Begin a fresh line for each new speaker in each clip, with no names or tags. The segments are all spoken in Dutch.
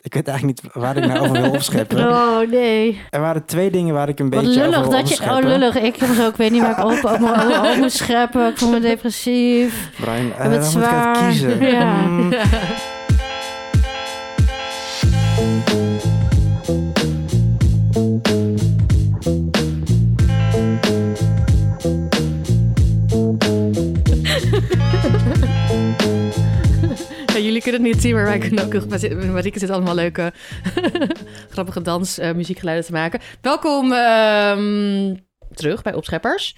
Ik weet eigenlijk niet waar ik mij over wil opscheppen.
Oh nee.
Er waren twee dingen waar ik een
Wat
beetje over
lullig
wil
dat je. Oh,
opscheppen.
lullig. Ik was ook, ik weet niet waar ik op, op mijn ogen over moet scheppen. Ik voel me depressief.
Brian, eh,
heb
dan
het
moet ik
zwaar.
uit kiezen.
Ja.
Mm.
Ja, jullie kunnen het niet zien, maar wij kunnen ook heel goed- maar Marieke zit allemaal leuke, grappige dans, eh, muziekgeluiden te maken. Welkom ehm, terug bij Opscheppers,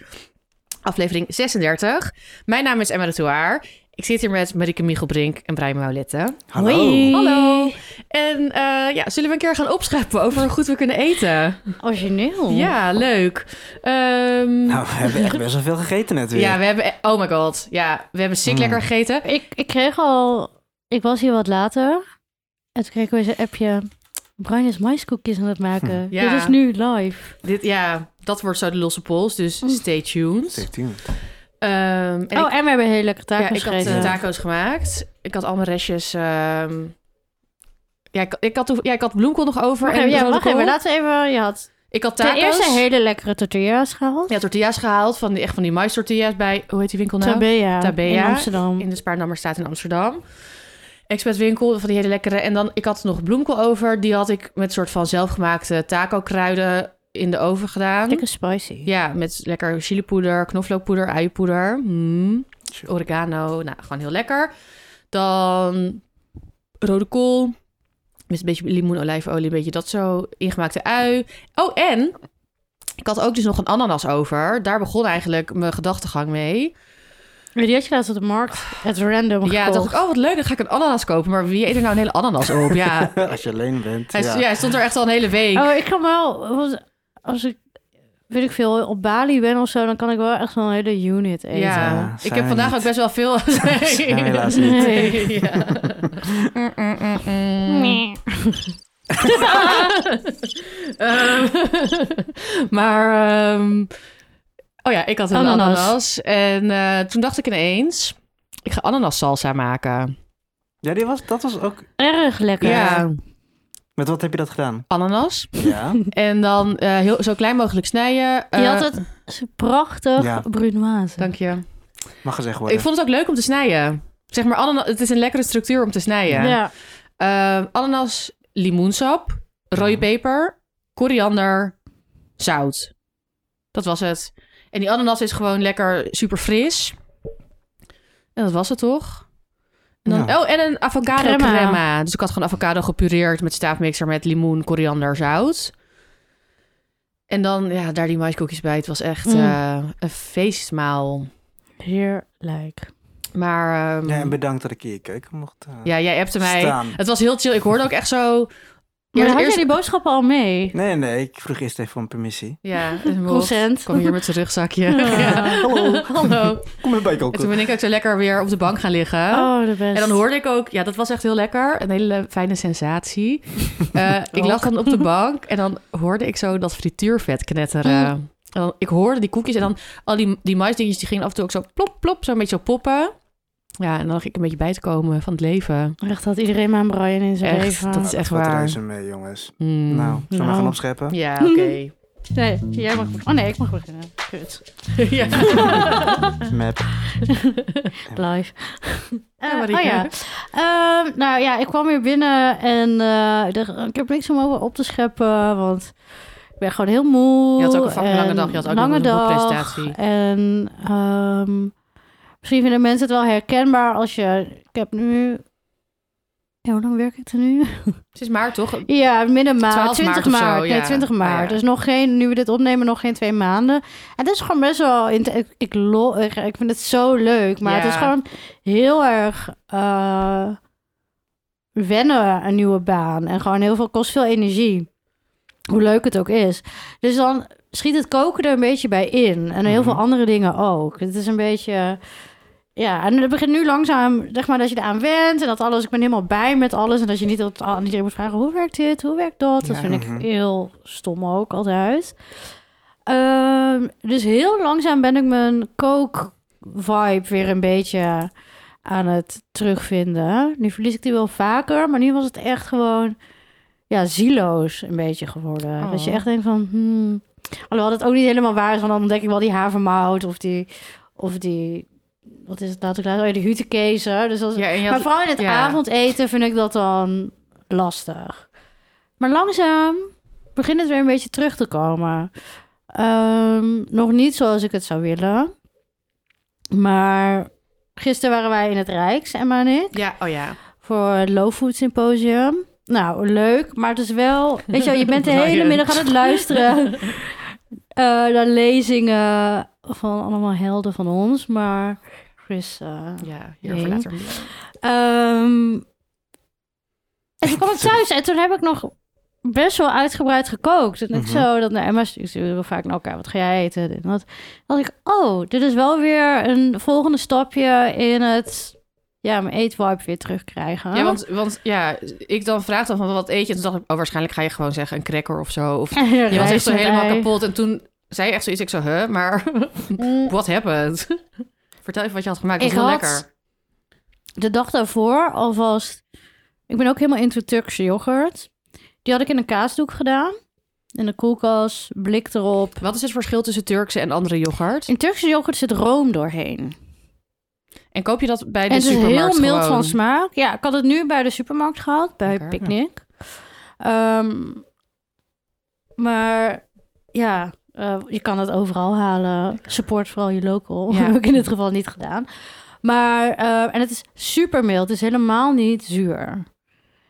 aflevering 36. Mijn naam is Emma de Touaar. Ik zit hier met Marieke Michelbrink en Brian Maulette.
Hallo.
Hoi.
Hallo. En eh, ja, zullen we een keer gaan opscheppen over hoe goed we kunnen eten?
Origineel.
Oh.
Ja, leuk. Ehm,
Nou, we hebben echt best wel veel gegeten net weer.
ja, we hebben... Oh my god. Ja, we hebben ziek
Mm.
lekker gegeten.
Ik, ik kreeg al. Ik was hier wat later. En toen kreeg ik weer een appje. Brian is maiskoekjes aan het maken.
Hm. Ja.
Dit is nu live.
Dit, ja, dat wordt zo de losse pols, dus stay tuned.
Mm. Stay tuned.
Ehm, en
oh,
ik,
en we hebben hele lekkere
ja,
tacos
ik had eh,
gegeten.
taco's gemaakt. Ik had al mijn restjes. ehm, ja, ik, ik had, toe- ja, ik had bloemkool nog over.
Wacht
en
even, ja,
rode
wacht even,
kool.
laten we even. Je had
Ik had
ten
taco's.
eerste hele lekkere tortillas gehaald.
Ja, tortillas gehaald. Van die, echt van die mais tortillas bij, hoe heet die winkel nou?
Tabea,
Tabea.
in Amsterdam.
In de Spaarndammerstraat in Amsterdam. Expert winkel van die hele lekkere. En dan, ik had nog bloemkool over. Die had ik met soort van zelfgemaakte taco kruiden in de oven gedaan.
Lekker spicy.
Ja, met lekker chilipoeder, knoflookpoeder, uienpoeder, mm,
Chill.
oregano. Nou, gewoon heel lekker. Dan rode kool met een beetje limoen, olijfolie, een beetje dat zo. Ingemaakte ui. Oh, en ik had ook dus nog een ananas over. Daar begon eigenlijk mijn gedachtegang mee.
Maar Die had je laatst op de markt at random
Ja, dacht
gekocht.
ik, oh wat leuk, dan ga ik een ananas kopen. Maar wie eet er nou een hele ananas op? Ja,
Als je alleen bent.
hij,
ja.
ja, hij stond er echt al een hele week.
Oh, ik kan wel... want Als ik, weet ik veel, op Bali ben of zo... dan kan ik wel echt zo'n hele unit eten.
Ja,
Ja, zijn
ik heb
we
vandaag
niet.
ook best wel veel.
Zijn we helaas niet.
Nee.
Ja. Mm, mm, mm, mm.
Nee.
Ehm, maar, ehm, oh ja, ik had een ananas.
Ananas.
En eh, toen dacht ik ineens, ik ga ananas salsa maken.
Ja, die was, dat was ook...
Erg lekker.
Ja,
Met wat heb je dat gedaan?
ananas.
Ja.
En dan eh, heel, zo klein mogelijk snijden.
Je
Eh,
had het zo prachtig
Ja.
brunoise.
Dank je.
Mag gezegd worden.
Ik vond het ook leuk om te snijden. Zeg maar, ananas, het is een lekkere structuur om te snijden.
Ja.
Eh, ananas, limoensap, rode peper, koriander, zout. Dat was het. En die ananas is gewoon lekker super fris. En dat was het toch? En dan,
Ja.
Oh, en een avocado crema.
Crema.
Dus ik had gewoon avocado gepureerd met staafmixer met limoen, koriander, zout. En dan ja, daar die maiskoekjes bij. Het was echt
Mm.
eh, een feestmaal.
Heerlijk.
Maar ehm,
Ja,
ja,
en bedankt dat ik hier keek mocht eh,
jij appte mij.
staan.
Het was heel chill. Ik hoorde ook echt zo...
Maar
Eerst-
had
eerst-
jij die boodschappen al mee?
Nee, nee, ik vroeg eerst even om permissie.
Ja, een wolf.
Procent.
Kwam hier met zijn rugzakje.
Ja.
Hallo.
Hallo.
Kom eens bij
En toen
koken.
ben ik ook zo lekker weer op de bank gaan liggen.
Oh, de best.
En dan hoorde ik ook, ja, dat was echt heel lekker. Een hele fijne sensatie. Eh, ik lag dan op de bank en dan hoorde ik zo dat frituurvet knetteren. En dan, ik hoorde die koekjes en dan al die, die maisdingetjes die gingen af en toe ook zo plop, plop, zo'n beetje zo poppen. Ja, en dan dacht ik een beetje bij te komen van het leven.
Echt had iedereen maar een Brian in zijn
Echt,
leven.
dat is
Nou,
echt
valt
waar.
reuze mee, jongens.
Hmm.
Nou, zullen we
Nou.
gaan opscheppen?
Ja, oké.
Nee, jij mag... Oh nee, ik mag beginnen. Kut.
ja.
Map.
Live. Eh,
Ja,
oh
Marieke.
ja. Ehm, nou ja, ik kwam hier binnen en eh, ik dacht, ik heb niks om over op te scheppen, want ik ben gewoon heel moe.
Je had ook een fucking lange
en
dag. Je had ook
lange
nog een
dag.
boekpresentatie.
En ehm, misschien vinden mensen het wel herkenbaar als je... Ik heb nu... Ja, hoe lang werk ik er nu?
Het is maar toch?
Ja, midden maart.
12 maart
20
of zo,
maart. nee,
ja.
20 maart.
Ah, ja.
Dus nog geen, nu we dit opnemen, nog geen twee maanden. En het is gewoon best wel. int- Ik, ik, lo- ik, ik vind het zo leuk. Maar het is
Ja.
gewoon heel erg. eh, wennen een nieuwe baan. En gewoon heel veel kost veel energie. Hoe leuk het ook is. Dus dan schiet het koken er een beetje bij in. En heel
Mhm.
veel andere dingen ook. Het is een beetje. Ja, en het begint nu langzaam, zeg maar, dat je eraan went. En dat alles, ik ben helemaal bij met alles. En dat je niet dat aan iedereen moet vragen, hoe werkt dit, hoe werkt dat? Dat
Ja.
vind ik
Mhm.
heel stom ook altijd. Ehm, dus heel langzaam ben ik mijn kook-vibe weer een beetje aan het terugvinden. Nu verlies ik die wel vaker, maar nu was het echt gewoon ja, zieloos een beetje geworden.
Oh.
Dat je echt denkt van, hmm. alhoewel dat ook niet helemaal waar is, want dan ontdek ik wel die havermout of die, of die, wat is het nou? laatst? Oh ja, die hutekezen. Dus dat is-
Ja, en je
maar
had-
vooral in het
ja.
avondeten vind ik dat dan lastig. Maar langzaam begint het weer een beetje terug te komen. Ehm, nog niet zoals ik het zou willen. Maar gisteren waren wij in het Rijks, Emma en ik,
ja, oh ja.
voor het Low Food Symposium. Nou, leuk, maar het is wel... Weet je wel, je bent de hele
Brian.
middag aan het luisteren eh, naar lezingen van allemaal helden van ons. Maar Chris... eh,
Ja, hierover
Nee.
later.
Ehm, en toen kwam ik thuis en toen heb ik nog best wel uitgebreid gekookt. En Net
Mhm.
zo dat nou, Emma stuurt heel vaak naar elkaar. Wat ga jij eten? Dit en dat. Dan dacht ik, oh, dit is wel weer een volgende stapje in het... Ja, mijn eetwipe weer terugkrijgen.
Ja, want, want ja, ik dan vraag dan van wat eet je? En toen dacht ik, oh, waarschijnlijk ga je gewoon zeggen een cracker of zo. Of
En
je was echt zo
rijst met
helemaal
ei.
kapot. En toen zei je echt zoiets, ik zo, huh, maar what happened? Vertel even wat je had gemaakt, dat
Ik
was heel
had-
lekker.
De dag daarvoor alvast... Ik ben ook helemaal into Turkse yoghurt. Die had ik in een kaasdoek gedaan. In de koelkast, blik erop.
Wat is het verschil tussen Turkse en andere yoghurt?
In Turkse yoghurt zit room doorheen.
En koop je dat bij de
En het is
supermarkt
heel mild
gewoon?
van smaak. Ja, ik had het nu bij de supermarkt gehad, bij
Lekker.
Picnic. Ehm, maar ja, eh, je kan het overal halen. Support vooral je local.
Ja.
Heb ik in dit geval niet gedaan. Maar, eh, en het is super mild. Het is helemaal niet zuur.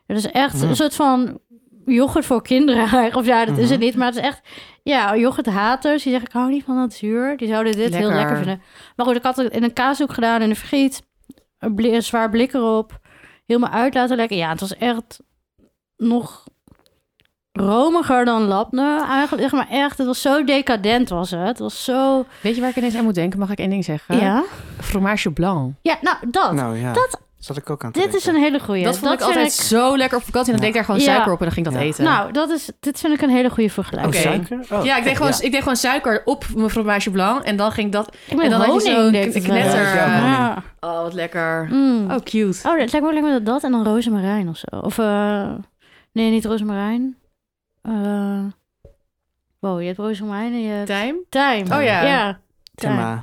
Het is echt
Hmm.
Mm.
een soort van yoghurt voor kinderen eigenlijk. Of ja, dat is het
Mhm.
niet. Maar het is echt, ja, yoghurthaters. Die zeggen, ik hou niet van dat zuur. Die zouden dit heel
Lekker.
lekker vinden. Maar goed, ik had het in een kaashoek gedaan in een vergiet. Een, bli- een zwaar blik erop. Helemaal uit laten lekken. Ja, het was echt nog romiger dan labne. Eigenlijk, zeg maar echt, het was zo decadent was het. Het was zo...
Weet je waar ik ineens aan moet denken? Mag ik één ding zeggen?
Ja,
Fromage blanc.
ja nou dat.
Nou ja, dat zat ik ook aan te
dit is
denken.
een hele goeie.
dat vond ik altijd zo lekker op vakantie. En dan
Ja.
deed ik daar gewoon
Ja.
suiker op en dan ging ik dat
Ja.
eten.
Nou, dat is, dit vind ik een hele goede
Oh,
vergelijking.
Oké.
suiker? Oh,
ja, ik deed, gewoon,
ja.
ik deed gewoon suiker op mijn fromage blanc. En dan ging dat...
Ik ben
En dan had je
honing,
zo'n
deed het wel.
knetter,
Ja, ja,
Ja.
Oh, wat lekker.
Mm.
Oh, cute.
Oh, het lijkt me ook lekker met dat en dan rozemarijn of zo. Of, eh, nee, niet rozemarijn. Eh, wow, je hebt rozemarijn en je hebt
Tijm?
tijm.
Oh ja.
Ja, tijm.
Thema.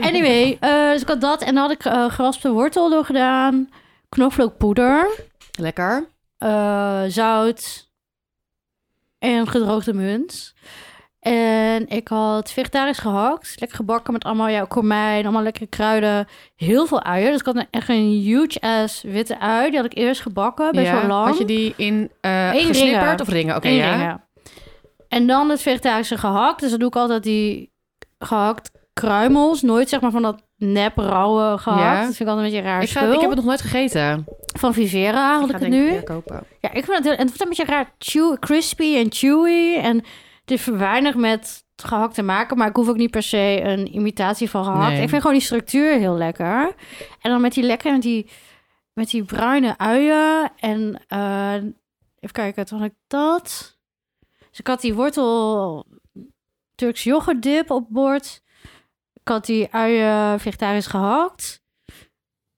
Anyway, eh, dus ik had dat en dan had ik eh, geraspte wortel door gedaan. Knoflookpoeder,
Lekker.
eh, zout en gedroogde munt. En ik had vegetarisch gehakt. Lekker gebakken met allemaal ja, komijn, allemaal lekkere kruiden. Heel veel uien. Dus ik had een, echt een huge ass witte ui. Die had ik eerst gebakken, Oh, best wel lang.
Had je die in eh
In
gesnipperd
ringen.
of ringen? Oké,
Eén
ja.
ring, ja. En dan het vegetarische gehakt. Dus dan doe ik altijd die gehakt kruimels. Nooit zeg maar van dat nep rauwe gehakt.
Ja.
Dat vind ik altijd een beetje een raar
Ik, ga,
spul.
ik heb het nog nooit gegeten.
Van Vivera Ah, had ik,
ga
het
denk
nu.
weer kopen.
Ja, ik vind het heel... En het wordt een beetje raar chew, crispy en chewy. En het heeft weinig met het gehakt te maken. Maar ik hoef ook niet per se een imitatie van gehakt.
Nee.
Ik vind gewoon die structuur heel lekker. En dan met die lekker... Met die, met die bruine uien. En eh, even kijken, toen had ik dat. Dus ik had die wortel Turks yoghurtdip op bord. Ik had die uien vegetarisch gehakt.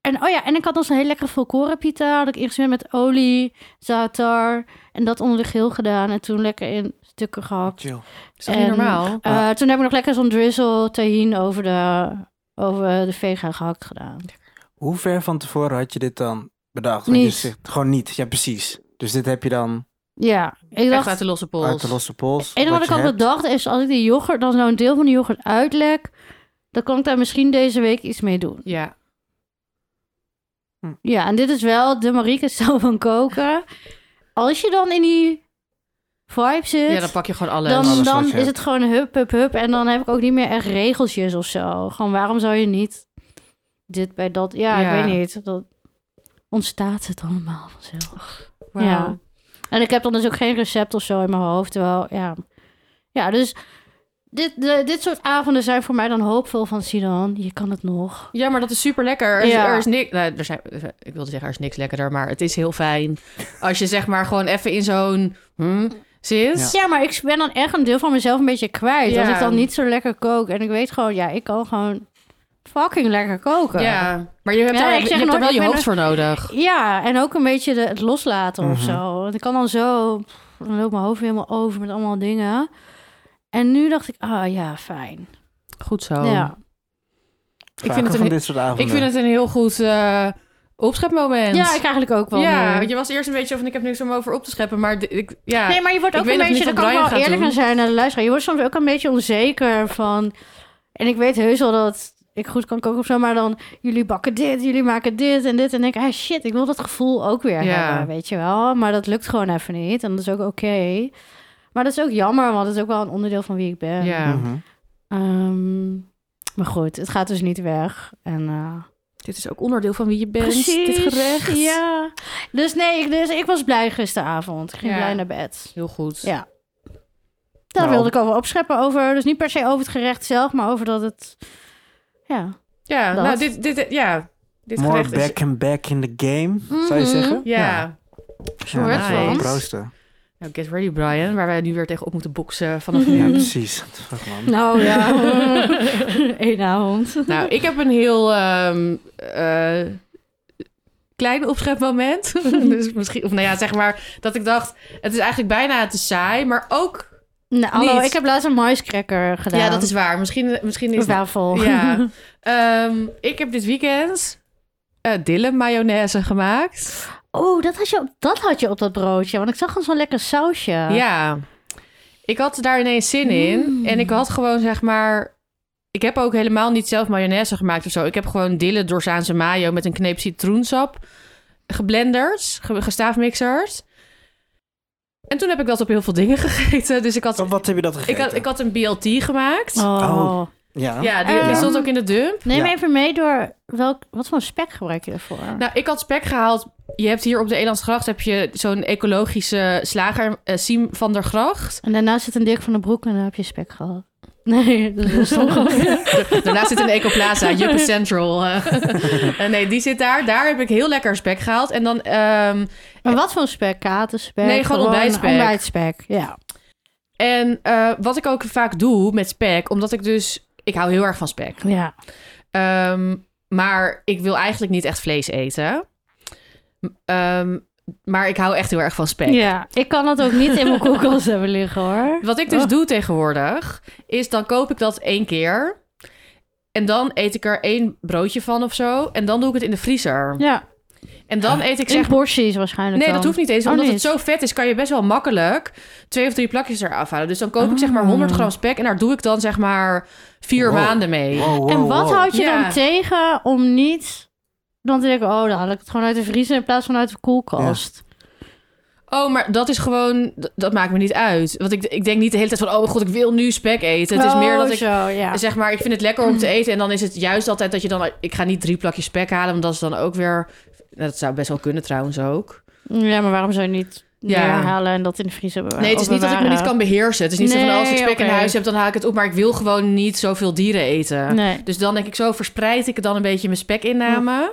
En oh ja, en ik had nog zo'n hele lekkere volkoren pita. Had ik ingesmeerd met olie, zaatar en dat onder de geel gedaan. En toen lekker in stukken gehakt.
Chill.
Is dat niet
En-
normaal?
Eh, toen heb ik nog lekker zo'n drizzle tahin over de, over de vega gehakt gedaan.
Hoe ver van tevoren had je dit dan bedacht?
Niet.
je zegt gewoon niet. Ja, precies. Dus dit heb je dan
Ja, ik
Echt
dacht...
uit de losse pols.
uit de losse pols.
Het enige wat ik
je
had
hebt.
bedacht is, als ik die yoghurt, dan zo'n deel van die yoghurt uitlek, dan kan ik daar misschien deze week iets mee doen.
Ja.
Ja, en dit is wel de Marieke-stijl van koken. Als je dan in die vibe zit,
ja, dan pak je gewoon alles.
dan,
Alles
dan
wat je
is
hebt.
het gewoon hup, hup, hup. En dan heb ik ook niet meer echt regeltjes of zo. Gewoon, waarom zou je niet dit bij dat... Ja,
Ja.
ik weet niet. Dat ontstaat het allemaal vanzelf.
Wauw.
Ja. En ik heb dan dus ook geen recept of zo in mijn hoofd. Terwijl, ja... Ja, dus dit, de- dit soort avonden zijn voor mij dan hoopvol van... Sidan, je kan het nog.
Ja, maar dat is super lekker. Er is,
Ja.
er is niks. Nou, er zijn, ik wilde zeggen, er is niks lekkerder, maar het is heel fijn. Als je zeg maar gewoon even in zo'n hm, zit.
Dus Ja, maar ik ben dan echt een deel van mezelf een beetje kwijt.
Ja.
Als ik dan niet zo lekker kook. En ik weet gewoon, ja, ik kan gewoon fucking lekker koken.
Ja, maar je hebt
Ja,
daar,
ik
je
zeg
hebt
nooit,
er wel
ik
je
ben
hoofd
er-
voor nodig.
Ja, en ook een beetje de, het loslaten
Mhm.
of zo. Want ik kan dan zo... pff, Dan loopt mijn hoofd weer helemaal over met allemaal dingen. En nu dacht ik, ah ja, fijn.
Goed zo.
Ja.
vind
Vaker
het een
van
he-
dit soort avonden.
Ik vind het een heel goed eh, opschepmoment.
ja, ik eigenlijk ook wel.
Ja,
nu.
je was eerst een beetje van ik heb niks om over op te scheppen, maar d- ik, ja.
Nee, maar je wordt
Ik
ook
weet
een
nog
beetje,
niet
daar kan
wat
ik wel
Brian gaat
eerlijk
doen.
aan zijn naar de luisteraar. Je wordt soms ook een beetje onzeker van... En ik weet heus wel dat ik goed kan koken of zo, maar dan... Jullie bakken dit, jullie maken dit en dit. En denk ik, ah shit, ik wil dat gevoel ook weer
Ja.
hebben, weet je wel. Maar dat lukt gewoon even niet en dat is ook oké. Maar dat is ook jammer, want het is ook wel een onderdeel van wie ik ben.
ja.
Mhm.
Ehm, maar goed, het gaat dus niet weg. En, eh,
Dit is ook onderdeel van wie je bent. Dit
precies,
gerecht.
Ja. Dus nee, ik, dus ik was blij gisteravond. Ik ging
Ja.
blij naar bed.
Heel goed.
Ja. Daar
Nou.
wilde ik over opscheppen. Over, dus niet per se over het gerecht zelf, maar over dat het. Ja.
Ja,
Dat.
nou, dit, dit, ja. Dit
More
gerecht is-
back and back in the game, zou je
Mhm.
zeggen?
Ja.
Ja, dat is wel
Nice.
een prooster.
Nou, get ready, Brian, waar wij nu weer tegen op moeten boksen vanaf
Ja,
nu.
precies. Fuck, man.
Nou ja. Eén avond.
nou, ik heb een heel ehm, eh, klein opschepmoment. dus misschien, of nou ja, zeg maar dat ik dacht, het is eigenlijk bijna te saai, maar ook.
Nou, hallo,
Niet.
ik heb laatst een maiscracker gedaan.
Ja, dat is waar. Misschien, misschien is
Wafel.
Ja. Ehm, ik heb dit weekend eh dille mayonaise gemaakt.
Oh, dat had, je, op- dat had je op dat broodje. Want ik zag gewoon zo'n lekker sausje.
Ja. Ik had daar ineens zin in.
Ah. Mm.
En ik had gewoon, zeg maar... Ik heb ook helemaal niet zelf mayonaise gemaakt of zo. Ik heb gewoon dille Dorsaanse mayo met een kneep citroensap geblenderd, ge- gestaafmixerd. En toen heb ik dat op heel veel dingen gegeten. Dus ik had,
Op Wat heb je dat
ik
gegeten?
had, ik had een BLT gemaakt.
Oh.
Oh. Ja.
Ja, die,
Ehm.
die stond ook in de dump.
Neem
Ja.
even mee door welk, wat voor spek gebruik je ervoor?
Nou, ik had spek gehaald. Je hebt hier op de Elandse Gracht heb je zo'n ecologische slager, eh, Siem van der Gracht.
en daarna zit een Dirk van de Broek en dan heb je spek gehad. Nee, dat is toch
Daarnaast zit een Ecoplaza, Juppe Central. eh. Eh, nee, die zit daar. Daar heb ik heel lekker spek gehaald. En dan, ehm,
Maar wat voor spek? Katenspek?
Nee, gewoon ontbijtspek.
ontbijtspek, ja.
en eh, wat ik ook vaak doe met spek, omdat ik dus, ik hou heel erg van spek.
ja.
Ehm, maar ik wil eigenlijk niet echt vlees eten. Ehm, maar ik hou echt heel erg van spek.
Ja, ik kan dat ook niet in mijn koelkast hebben liggen hoor.
Wat ik dus
Oh.
doe tegenwoordig, is dan koop ik dat één keer. En dan eet ik er één broodje van of zo. En dan doe ik het in de vriezer.
Ja,
En dan eet ik
in
zeg...
porties waarschijnlijk
Nee, dat hoeft niet eens.
Oh,
Omdat het
niet.
zo vet is, kan je best wel makkelijk twee of drie plakjes eraf halen. Dus dan koop ik zeg maar
Ah.
100 gram spek. En daar doe ik dan zeg maar vier
Wow.
maanden mee.
Wow, wow,
En wat
wow.
houd je
Ja.
dan tegen om niet... Dan te denken, oh, dan haal ik het gewoon uit de vriezer in plaats van uit de koelkast.
Oh, maar dat is gewoon... d- Dat maakt me niet uit. Want ik, ik denk niet de hele tijd van... Oh mijn god, ik wil nu spek eten.
Oh,
Het is meer dat ik...
Zo, ja. Mm.
Zeg maar, ik vind het lekker om te eten. En dan is het juist altijd dat je dan... Ik ga niet drie plakjes spek halen, want dat is dan ook weer... nou, dat zou best wel kunnen trouwens ook.
ja, maar waarom zou je niet
Ja.
ja. halen en dat in de vriezer bewaren?
Nee, het is niet dat ik me niet kan beheersen. Het is niet zo van oh,
Nee,
als ik spek in
oké.
huis heb, dan haal ik het op. Maar ik wil gewoon niet zoveel dieren eten.
Nee,
Dus dan denk ik zo, verspreid ik dan een beetje mijn spekinname.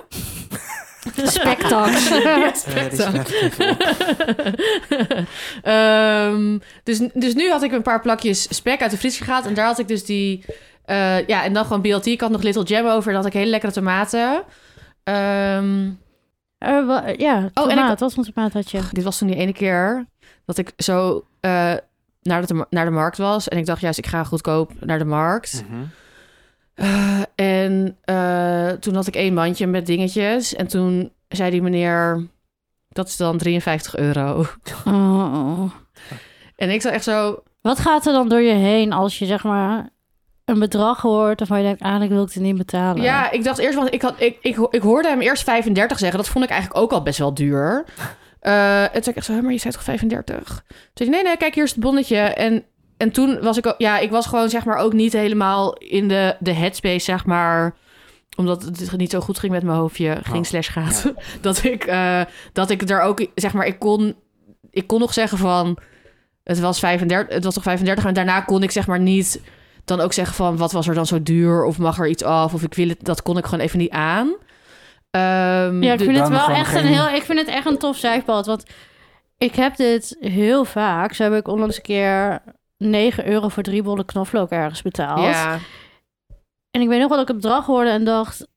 spektax.
Ja, die snapt het even.
Ehm, dus, dus nu had ik een paar plakjes spek uit de vriezer gehaald. En daar had ik dus die... eh, ja, en dan gewoon BLT. Ik had nog Little Jam over. En dan had ik hele lekkere tomaten. Ehm
Eh, wa- ja,
Oh, en ik-
tomaat. Wat voor tomaat had je?
Dit was toen die ene keer dat ik zo eh, naar, de, naar de markt was. En ik dacht juist, ik ga goedkoop naar de markt.
Mhm.
Eh, en eh, toen had ik één mandje met dingetjes. En toen zei die meneer, dat is dan 53 euro.
Oh.
En ik zat echt zo...
Wat gaat er dan door je heen als je zeg maar een bedrag hoort waarvan je denkt, eigenlijk wil ik het niet betalen?
Ja, ik dacht eerst, want ik, had, ik, ik, ho- ik hoorde hem eerst 35 zeggen. Dat vond ik eigenlijk ook al best wel duur. Eh, en toen zei ik echt zo, "Hè, maar je zei toch 35? Toen zei hij, nee, nee, kijk, hier is het bonnetje. En, en toen was ik ook, ja, ik was gewoon zeg maar ook niet helemaal in de, de headspace, zeg maar omdat het niet zo goed ging met mijn hoofdje, ging
Oh,
slash gaat. Dat, ik, eh, dat ik er ook, zeg maar, ik kon, ik kon nog zeggen van, het was 35, het was toch 35. En daarna kon ik zeg maar niet dan ook zeggen van, wat was er dan zo duur? Of mag er iets af? Of ik wil het, dat kon ik gewoon even niet aan. Ehm,
Ja, ik
dus-
vind het
Dan
wel
gewoon
echt
geen-
een heel, ik vind het echt een tof zuigpad, want ik heb dit heel vaak. Zo heb ik onlangs een keer 9 euro voor drie bollen knoflook ergens betaald.
ja.
En ik weet nog wel dat ik het bedrag hoorde en dacht...
Wat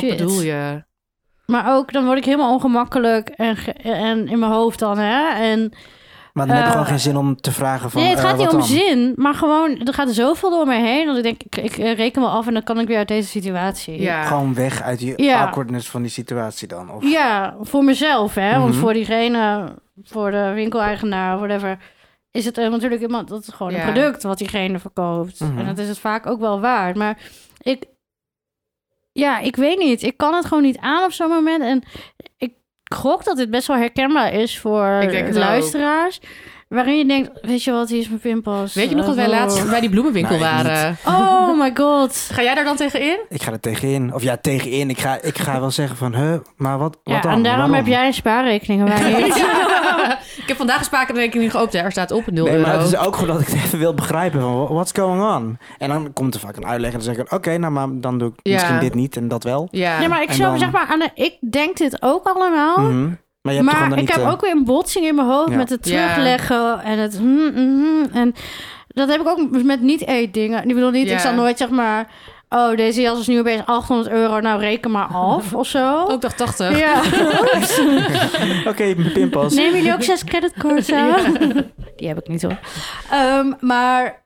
shit.
bedoel je?
Maar ook, dan word ik helemaal ongemakkelijk en, ge- en in mijn hoofd dan, hè. En,
Maar dan heb je
Eh,
gewoon geen zin om te vragen van...
nee, het
eh,
gaat niet
wat
om
dan?
zin, maar gewoon, er gaat er zoveel door mij heen... dat ik denk, ik, ik eh, reken wel af en dan kan ik weer uit deze situatie.
Ja.
Gewoon weg uit die
Ja.
awkwardness van die situatie dan. Of,
Ja, voor mezelf, hè. Want
Mhm.
voor diegene, voor de winkeleigenaar, whatever... is het eh, natuurlijk iemand... dat is gewoon
Ja.
een product wat diegene verkoopt.
Mhm.
En dat is het vaak ook wel waard. Maar ik... Ja, ik weet niet. Ik kan het gewoon niet aan op zo'n moment. En ik gok dat dit best wel herkenbaar is voor
Ik denk het
luisteraars. Waarin je denkt, weet je wat, hier is mijn pinpas.
Weet je nog
Eh,
dat wij
oh.
laatst bij die bloemenwinkel
Nee, ik
waren?
Oh my god.
Ga jij daar dan tegenin?
Ik ga er tegenin. Of ja, tegenin. Ik ga, ik ga wel zeggen van, huh, maar wat,
Ja,
wat dan?
en daarom
Waarom?
heb jij een spaarrekening. en wij niet.
ik heb vandaag een spaarrekening geopend. hè. Er staat op 0
Nee, maar
euro.
het is ook goed dat ik het even wil begrijpen van, wha- what's going on? En dan komt er vaak een uitleg en dan zeg ik, oké, nou maar dan doe ik
Ja.
misschien dit niet en dat wel.
Ja.
Ja, maar ik
En
zou
dan-
zeg maar, aan de, ik denk dit ook allemaal.
Mhm. Maar je hebt toch
maar
dan
ik
niet...
heb
eh,
ook weer een botsing in mijn hoofd
Ja.
met het
Ja.
terugleggen en het hmm, hmm, hmm. en dat heb ik ook met niet eet dingen. Ik bedoel niet,
Ja.
ik zal nooit zeg maar, oh deze jas is nu opeens 800 euro, nou reken maar af of zo.
Ook dag 80.
Ja.
Oké, mijn pinpas.
Neem jullie ook zes creditcards aan? Die heb ik niet hoor. Ehm, maar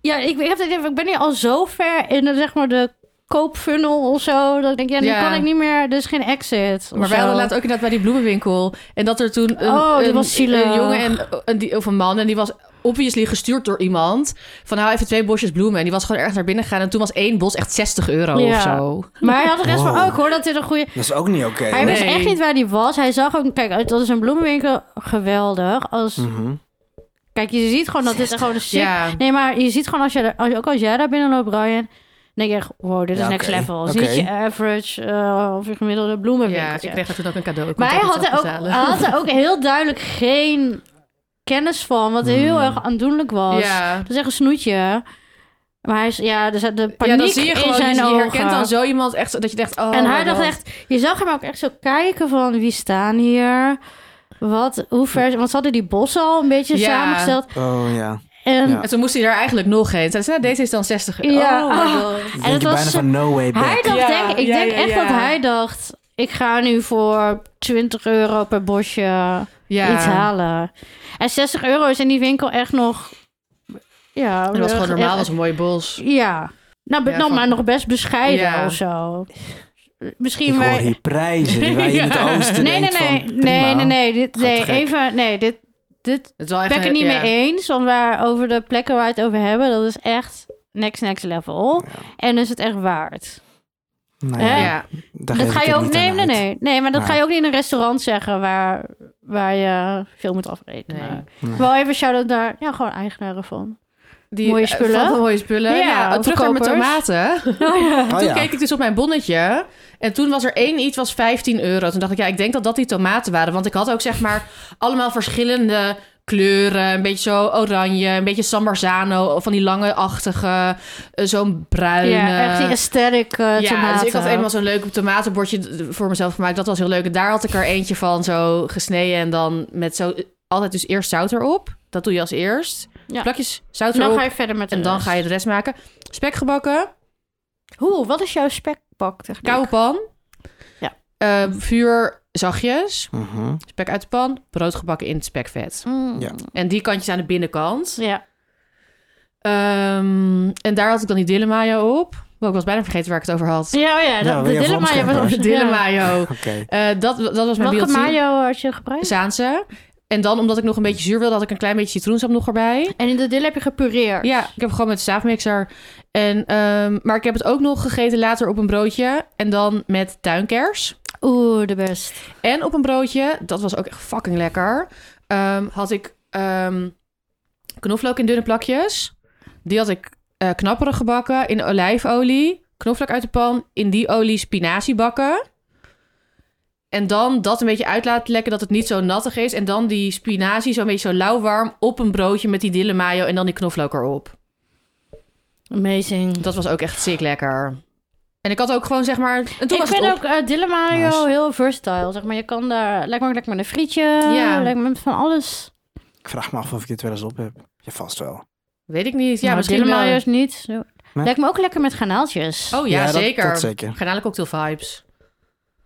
ja, ik, ik, heb het idee, ik ben hier al zo ver in de, zeg maar, de koopfunnel of zo. Dat ik denk, ja, nu
Ja.
kan ik niet meer. Dus geen exit. of
Maar wij
zo.
hadden laatst ook inderdaad bij die bloemenwinkel. En dat er toen een,
Oh, die
een-
was zielig.
een jongen en, een, die- of een man. En die was obviously gestuurd door iemand. Van hou even twee bosjes bloemen. En die was gewoon erg naar binnen gegaan. En toen was één bos echt 60 euro
Ja.
of zo.
Maar hij had de rest van
Wow.
ook hoor dat dit een goede.
Dat is ook niet oké.
Hij wist
Nee.
echt niet waar hij was. Hij zag ook, kijk, dat is een bloemenwinkel. Geweldig. Als,
Hm.
Mhm.
Kijk, je ziet gewoon dat dit er gewoon een sick-
Ja.
Nee, maar je ziet gewoon als je, er- als, ook als jij daar binnen loopt, Brian. denk je echt, wow, dit is
Ja,
next
oké.
level. Het
Oké.
is niet je average eh, of je gemiddelde
Ja,
bloemenwinkeltje.
ik kreeg daar toen ook een cadeau. Ik
maar hij
kon het
had, er ook,
zelf
hij
betalen.
had er ook heel duidelijk geen kennis van, wat heel
Hmm.
erg aandoenlijk was.
Ja.
Dat is echt een snoetje. Maar hij is, ja, dus de paniek
ja, dan zie je
in
gewoon,
zijn
je, je
ogen.
herkent dan zo iemand echt, zo- dat je denkt, oh
en
my
hij dacht
God.
echt, je zag hem ook echt zo kijken van wie staan hier? Wat, hoe ver, want ze hadden die bossen al een beetje
Ja.
samengesteld.
Oh ja.
En,
Ja.
En toen moest hij er eigenlijk nog heen. Zeiden ze, nou, deze is dan 60 euro.
Ja. Ah.
Oh my God.
Ik
het
denk je
was
bijna
zo-
van no way back.
hij dacht,
Ja,
denk, ik
ja,
denk
ja,
echt
ja.
dat hij dacht, ik ga nu voor 20 euro per bosje
Ja.
iets halen. En 60 euro is in die winkel echt nog, ja.
En dat was gewoon
echt-
normaal, was een mooi bos.
Ja, nou, be-
Ja,
nou,
van-
maar nog best bescheiden
Ja.
of zo.
Ik
Misschien
hoor
wij,
hier prijzen die wij hier in het
Ja.
oosten
Nee, nee,
denkt
nee.
van,
nee,
prima.
nee, nee. Dit,
Gaat
nee,
te gek.
even, nee, dit, dit
Het is wel echt
ben ik het niet
ja.
mee eens. Want waar over de plekken waar we het over hebben, dat is echt next, next level. En is het echt waard.
Nou
Hè?
ja,
Ja.
daar
dat
geef
ga
ik
je
het
ook,
niet aan
nee, nee,
uit.
nee. Nee, maar dat
Nee.
ga je ook niet in een restaurant zeggen waar, waar je veel moet afrekenen.
Nee. Nee.
Wel even shout-out naar, ja, gewoon eigenaren van.
Die,
Mooie
eh,
spullen.
van- van mooie spullen.
Ja,
Ja, terug naar mijn
verkopers.
tomaten.
Oh,
toen
ja.
keek ik dus op mijn bonnetje. En toen was er één iets was 15 euro. Toen dacht ik, ja, ik denk dat dat die tomaten waren. Want ik had ook zeg maar allemaal verschillende kleuren. Een beetje zo oranje, een beetje San Marzano. Van die lange achtige, eh, zo'n bruine.
ja, echt die aesthetic eh,
Ja,
tomaten.
dus ik had eenmaal zo'n leuk tomatenbordje d- voor mezelf gemaakt. Dat was heel leuk. En daar had ik er eentje van zo gesneden. En dan met zo... Altijd dus eerst zout erop. Dat doe je als eerst.
Ja.
Plakjes zout
En dan
erop.
ga je verder met de
En dan
rest.
ga je de rest maken. Spek gebakken.
Hoe, wat is jouw spekpak? techniek?
Koude pan.
Ja.
Eh, vuur zachtjes.
Mhm.
Spek uit de pan. Brood gebakken in het spekvet.
Mm.
Ja.
En die kantjes aan de binnenkant.
ja.
Ehm, en daar had ik dan die dillemayo op. Oh, ik was bijna vergeten waar ik het over had.
Ja, oh ja,
Ja,
dat,
wil
de
je
dille mayo.
vlamscherp,
was-
hè?
ja.
Dillemayo.
Oké.
Eh, dat, dat was mijn
Welke
beeld.
mayo had je gebruikt?
Zaanse. En dan, omdat ik nog een beetje zuur wilde, had ik een klein beetje citroensap nog erbij.
En in de dille heb je gepureerd.
Ja, ik heb gewoon met de staafmixer. En, ehm, maar ik heb het ook nog gegeten later op een broodje. En dan met tuinkers.
Oeh, de best.
En op een broodje, dat was ook echt fucking lekker, ehm, had ik ehm, knoflook in dunne plakjes. Die had ik eh knapperig gebakken in olijfolie. Knoflook uit de pan, in die olie spinazie bakken. En dan dat een beetje uit laten lekken, dat het niet zo nattig is. En dan die spinazie zo'n beetje zo lauwwarm op een broodje met die dille mayo en dan die knoflook erop.
Amazing.
Dat was ook echt sick lekker. En ik had ook gewoon zeg maar... En toen
ik
was het
vind
op.
ook eh dille mayo
Nice.
heel versatile. Zeg maar, je kan daar... Lijkt me ook lekker met een frietje.
Ja.
Lijkt me met van alles.
Ik vraag me af of ik dit wel eens op heb. Je vast wel.
Weet ik niet. Ja,
Nou,
misschien
dille
wel.
mayo is niet. zo-
Nee.
Lijkt me ook lekker met granaaltjes.
Oh ja,
dat-
zeker.
Dat,
Granalen
zeker.
cocktail vibes.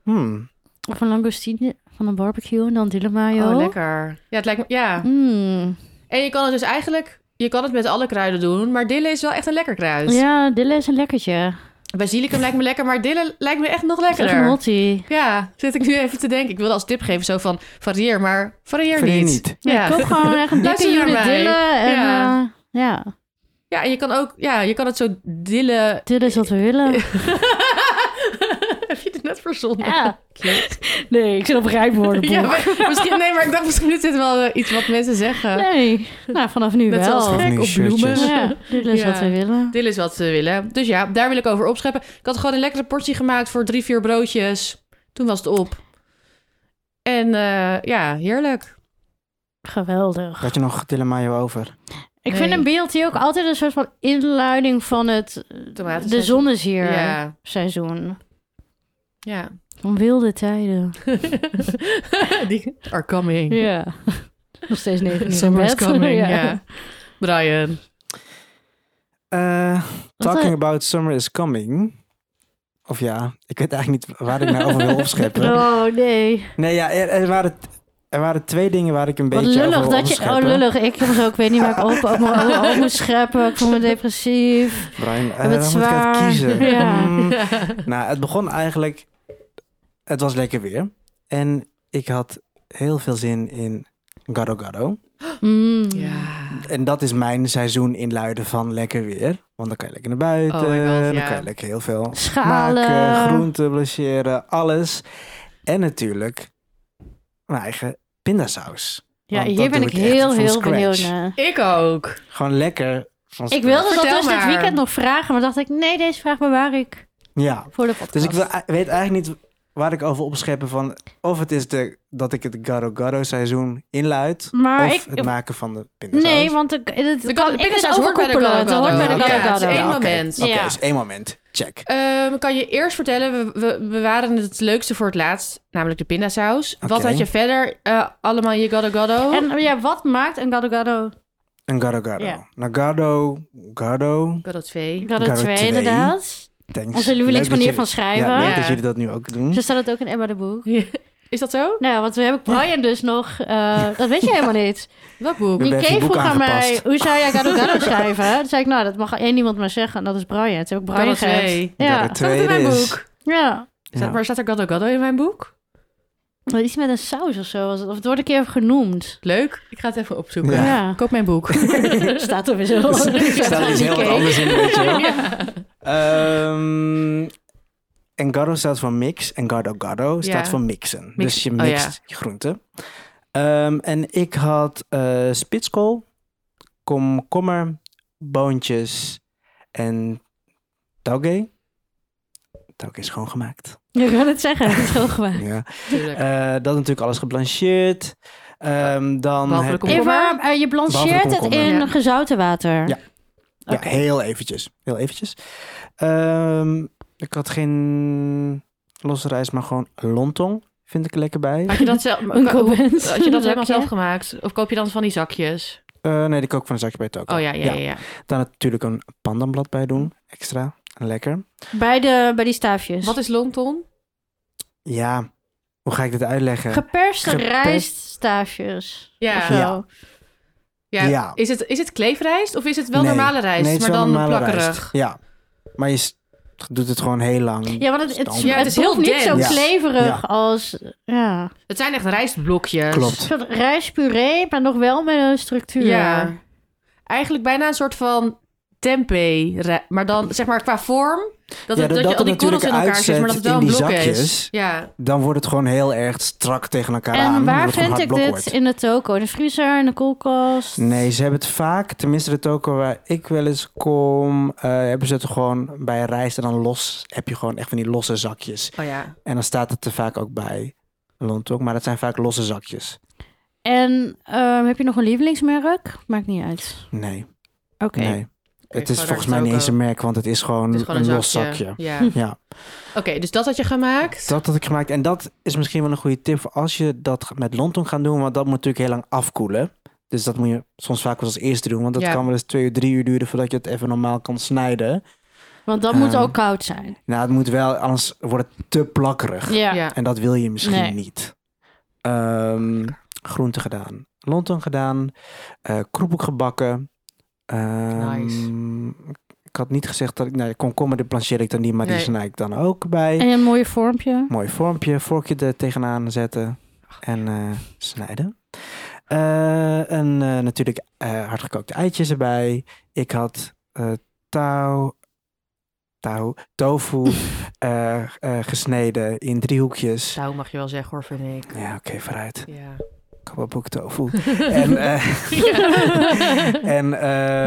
Hmm.
Of een langoustine van een barbecue en dan dille mayo.
Oh, lekker. Ja, het lijkt me... Ja.
Mm.
En je kan het dus eigenlijk... Je kan het met alle kruiden doen, maar dille is wel echt een lekker kruid.
Ja, dille is een lekkertje.
Basilicum lijkt me lekker, maar dille lijkt me echt nog
Het is echt
lekkerder.
een hottie.
Ja, zit ik nu even te denken. Ik wilde als tip geven zo van varieer, maar varieer
Vind je
niet.
niet?
Ja,
Ja.
koop gewoon echt een dikke
Luister naar
unit
mij.
dille. En,
Ja.
ja. ja,
Ja, en je kan ook, ja, je kan het zo dille.
dille is wat we willen.
Heb je dit net verzonnen?
Ja. Nee, ik zit op rijwoordenboek.
Ja, maar misschien, nee, maar ik dacht misschien is dit wel eh, iets wat mensen zeggen.
Nee, nou vanaf nu
Net zoals
wel.
Of
gek
nu
op bloemen.
shirtjes.
Ja, dille is
Ja.
wat we willen.
Dit is wat ze willen. Dus ja, daar wil ik over opscheppen. Ik had gewoon een lekkere portie gemaakt voor drie, vier broodjes. Toen was het op. En eh, ja, heerlijk.
Geweldig.
Had je nog Tillemayo over?
Ik vind
Nee.
een BLT ook altijd een soort van inleiding van het de
Tomatenseizoen.
zon is hier
Ja,
seizoen.
ja.
Van wilde tijden.
Die are coming.
Ja. Nog steeds negen uur in
Summer's
bed.
coming, ja. Brian.
Eh,
Wat,
talking
eh,
about summer is coming. Of ja, ik weet eigenlijk niet waar ik mij over wil opscheppen.
Oh nee.
Nee, ja, er, er waren, er waren twee dingen waar ik een
Wat
beetje
lullig
over wil
dat je... Oh
opscheppen.
lullig. Ik heb zo, ik weet niet waar ik op, op, mijn ogen moet scheppen. Ik voel me depressief.
Brian, eh,
het
dan moet ik even
zwaar.
kiezen.
Ja.
Mm, nou, het begon eigenlijk... Het was lekker weer. En ik had heel veel zin in Gado Gado.
Mm.
Ja.
En dat is mijn seizoen inluiden van lekker weer. Want dan kan je lekker naar buiten.
Oh my God,
Dan
ja.
kan je lekker heel veel
Schalen.
maken. Groenten, blancheren, alles. En natuurlijk mijn eigen pindasaus.
Ja,
Want dat
hier ben
doe
ik
ik echt
heel,
van
heel
scratch.
benieuwd naar.
Ik ook.
Gewoon lekker. Van
Ik wilde dat
Vertel
dus dit
maar.
weekend nog vragen, maar dacht ik, nee, deze vraag bewaar ik
Ja.
voor de podcast.
Dus ik wil- weet eigenlijk niet waar ik over opscheppen van... of het is de, dat ik het Garo Garo seizoen inluid...
Maar
of
ik-
het maken van de pindasaus.
Nee, want ik, het
De
kan, ik
pindasaus
is
hoort bij de
overkoepelend. Dat hoort bij de
Gado Gado.
Ja, het is
Gado
één
Gado.
oké.
moment.
Oké,
Ja.
dus één moment. Check.
Ehm, kan je eerst vertellen, we, we bewaren het leukste voor het laatst, namelijk de pindasaus. Wat
Oké.
had je verder eh, allemaal in je gado gado?
En oh, ja, wat maakt een Gado Gado?
Een Garo Garo.
Ja.
Nou, Gado Gado...
gado 2.
Gado
Gado
2,
twee.
inderdaad.
Thanks.
Onze
Leuk dat
lievelingsmanier
jullie-
van schrijven.
Ja, leuk
Ja.
dat jullie dat nu ook doen.
Zo staat het ook in Emma de Boek.
Is dat zo?
Nou, want we hebben Brian dus nog... eh, dat weet je helemaal niet.
Welk boek?
Ja. hebben even
Nike
je boek
vroeg aan mij,
aangepast.
hoe zou jij Gado Gado schrijven? Toen zei ik, nou, dat mag één iemand maar zeggen. En dat is Brian. Toen heb ik
Gado
Brian gehebt.
2.
Ja.
Gado
Staat het in
Tweede
mijn
eh, is-
boek?
ja.
Staat, maar staat er gado gado in mijn boek?
Maar Iets met een saus of zo. was het. Of het wordt een keer genoemd.
Leuk, ik ga het even opzoeken.
Ja.
Ja.
Koop mijn boek.
Staat er weer zo.
staat er iets heel wat
Oké.
anders in, weet je wel.
Ja.
Ehm, en Gado staat voor mix en Gado Gado staat
Ja.
voor mixen. Dus je
oh ja.
mixt je groenten. Ehm, en ik had eh spitskool, komkommer, boontjes en tauge. Tauge is gewoon gemaakt.
Je kan het zeggen. Het is heel gemaakt.
Ja.
Tuurlijk.
Eh, dat natuurlijk alles geblancheerd. Ehm, dan
Behalve de
heb-
komkommer.
Even, eh,
Behalve
je blancheert
de
het
komkommer.
in
Ja.
gezouten water.
Ja. Ja,
Oké.
heel eventjes. Heel eventjes. Ehm, ik had geen losse rijst, maar gewoon lontong. Vind ik er lekker bij.
Had je dat zelf,
Een Cobens.
had je dat helemaal
zakje.
zelf gemaakt? Of koop je dan van die zakjes?
Eh, nee, die kook ik van een zakje bij het ook.
Oh ja, ja, ja. ja.
Daar natuurlijk een pandanblad bij doen. Extra. Lekker.
Bij, de, bij die staafjes.
Wat is Lonton?
Ja, hoe ga ik dit uitleggen?
Geperste
Geperst-
rijststaafjes. Of zo.
Ja.
Ja.
Ja.
Ja.
Is, het, is het kleefrijst of is het wel
Nee.
normale rijst,
Nee, het is
maar
wel
dan
normale
plakkerig?
rijst. Ja, maar je s- doet het gewoon heel lang.
Ja, want het, het,
Standaard.
ja, het is heel niet zo
dense. Ja.
kleverig
Ja.
als... Ja.
Het zijn echt rijstblokjes.
Een
Klopt.
soort rijstpuree, maar nog wel met een structuur.
Ja. Eigenlijk bijna een soort van tempeh, rij- maar dan zeg maar qua vorm. Dat,
Ja,
het, dat,
dat
je al die
het
korrels in
natuurlijk
elkaar zit, maar dat het wel een
uitzet in
blok
die
is.
zakjes.
Ja.
Dan wordt het gewoon heel erg strak tegen elkaar aan.
En
omdat
waar
het gewoon
vind
hard
ik
blok
dit?
wordt.
In de toko? In de vriezer, in de koelkast?
Nee, ze hebben het vaak, tenminste de toko waar ik wel eens kom, eh, hebben ze het gewoon bij rijst en dan los heb je gewoon echt van die losse zakjes.
Oh ja.
En dan staat het er vaak ook bij lontong, maar dat zijn vaak losse zakjes.
En ehm, heb je nog een lievelingsmerk? Maakt niet uit.
Nee,
Oké.
nee. Het is
gewoon
volgens
daar
mij niet eens
toko.
een merk, want het is gewoon,
Het is Dus gewoon
een,
een,
los zakje.
Ja.
Ja,
Oké, dus dat had je gemaakt.
dat had ik gemaakt. En dat is misschien wel een goede tip voor als je dat met lontong gaat doen, want dat moet natuurlijk heel lang afkoelen. Dus dat moet je soms vaak wel als eerste doen, want dat
Ja.
kan wel eens twee uur, drie uur duren voordat je het even normaal kan snijden.
Want dat moet
Ehm,
ook koud zijn.
Nou, het moet wel, anders wordt het te plakkerig.
Ja.
Ja.
En dat wil je misschien
Nee.
niet. Ehm groente gedaan. Lonton gedaan. eh kroephoek gebakken. Ehm, Ik had niet gezegd dat ik... Nou, komkommer de plancheer ik dan niet, maar die
Nee.
snij ik dan ook bij.
En een mooie vormpje.
Mooi vormpje, vorkje er tegenaan zetten. En eh, snijden. Eh, en eh, natuurlijk eh, hardgekookte eitjes erbij. Ik had eh touw... Touw, tofu eh, eh, gesneden in driehoekjes.
Zou mag je wel zeggen hoor, vind ik.
Ja, oké, vooruit.
Ja.
Kababoek tofu. en eh, en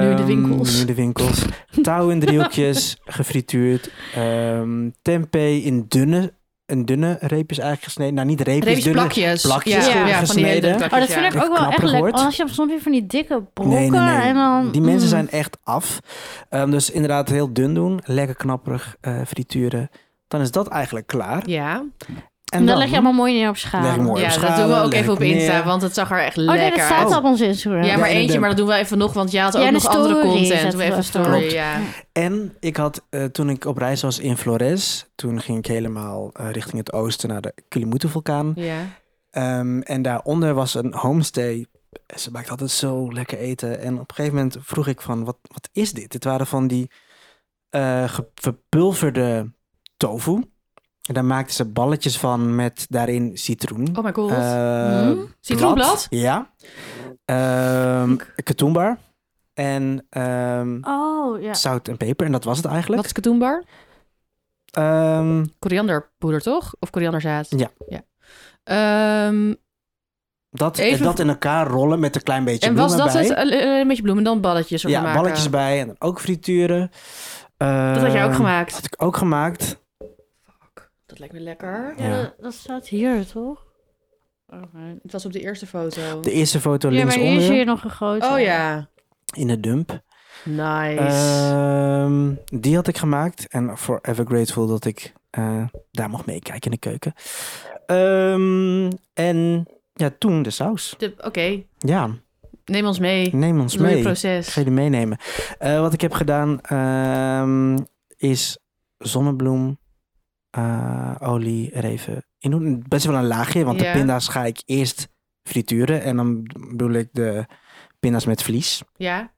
Nu in de
ehm,
winkels.
Nu in de winkels. Touw in driehoekjes, gefrituurd. Ehm tempeh in dunne, in dunne reepjes eigenlijk gesneden. Nou, niet reepjes,
Reepjes
dunne.
plakjes.
plakjes
ja, ja, van die hele
gesneden.
dunne
Oh, dat
plakjes,
vind
ja.
ik ook wel echt
Knapperig
lekker.
wordt.
Als je soms weer van die dikke brokken
Nee, nee, nee.
en dan...
Die mensen
mm.
zijn echt af. Ehm, dus inderdaad heel dun doen. Lekker knapperig eh, frituren. Dan is dat eigenlijk klaar.
Ja,
En dan, leg je allemaal mooi neer op schaal.
Leg ik mooi op
ja dat
schalen,
doen we ook
leg
even op
ik
Insta,
neer.
want het zag er echt
Oh
lekker
nee, dat staat
uit.
Oh.
al op ons Instagram.
Ja,
Ja,
maar
in de
eentje,
dump.
maar dat doen we even nog, want jij had ook
Ja, de
nog andere
story
content.
zetten
Doe even
we
een
even.
story,
Klopt.
ja.
En ik had, eh, toen ik op reis was in Flores, toen ging ik helemaal eh, richting het oosten naar de Culimutu-vulkaan.
ja.
Ehm, en daaronder was een homestay. En Ze maakt altijd zo lekker eten. En op een gegeven moment vroeg ik van, wat, wat is dit? Het waren van die eh, ge- verpulverde tofu. En daar maakten ze balletjes van met daarin citroen.
Oh my god.
Eh,
Hm?
Citroenblad?
Ja. Ehm katoenbar. En ehm,
Oh, ja.
zout en peper. En dat was het eigenlijk.
Wat is katoenbar?
Ehm,
Korianderpoeder, toch? Of korianderzaad?
Ja.
ja. Ehm,
dat,
Even-
dat in elkaar rollen met een klein beetje
en
bloemen
was dat
bij.
het? Eh, Een beetje bloemen, dan balletjes ervan
Ja,
maken.
balletjes bij en dan ook frituren.
Dat had jij ook
Ehm,
gemaakt.
Had ik ook gemaakt.
Fuck, dat lijkt me lekker.
Ja.
Dat, dat staat hier, toch?
Het was op de eerste foto.
De eerste foto
Ja, maar hier is
linksonder
hier nog een grote.
Oh ja.
in de dump.
Nice.
Ehm, die had ik gemaakt. En forever grateful dat ik eh, daar mocht meekijken in de keuken. Ehm, en ja, toen de saus.
De- Oké,
Ja,
neem ons mee.
neem ons
Door je
mee. Ik
proces.
ga jullie meenemen. Eh, wat ik heb gedaan ehm, is zonnebloem, eh, olie er even in doen. Best wel een laagje, want
Ja.
de pinda's ga ik eerst frituren. En dan bedoel ik de pinda's met vlies.
Ja.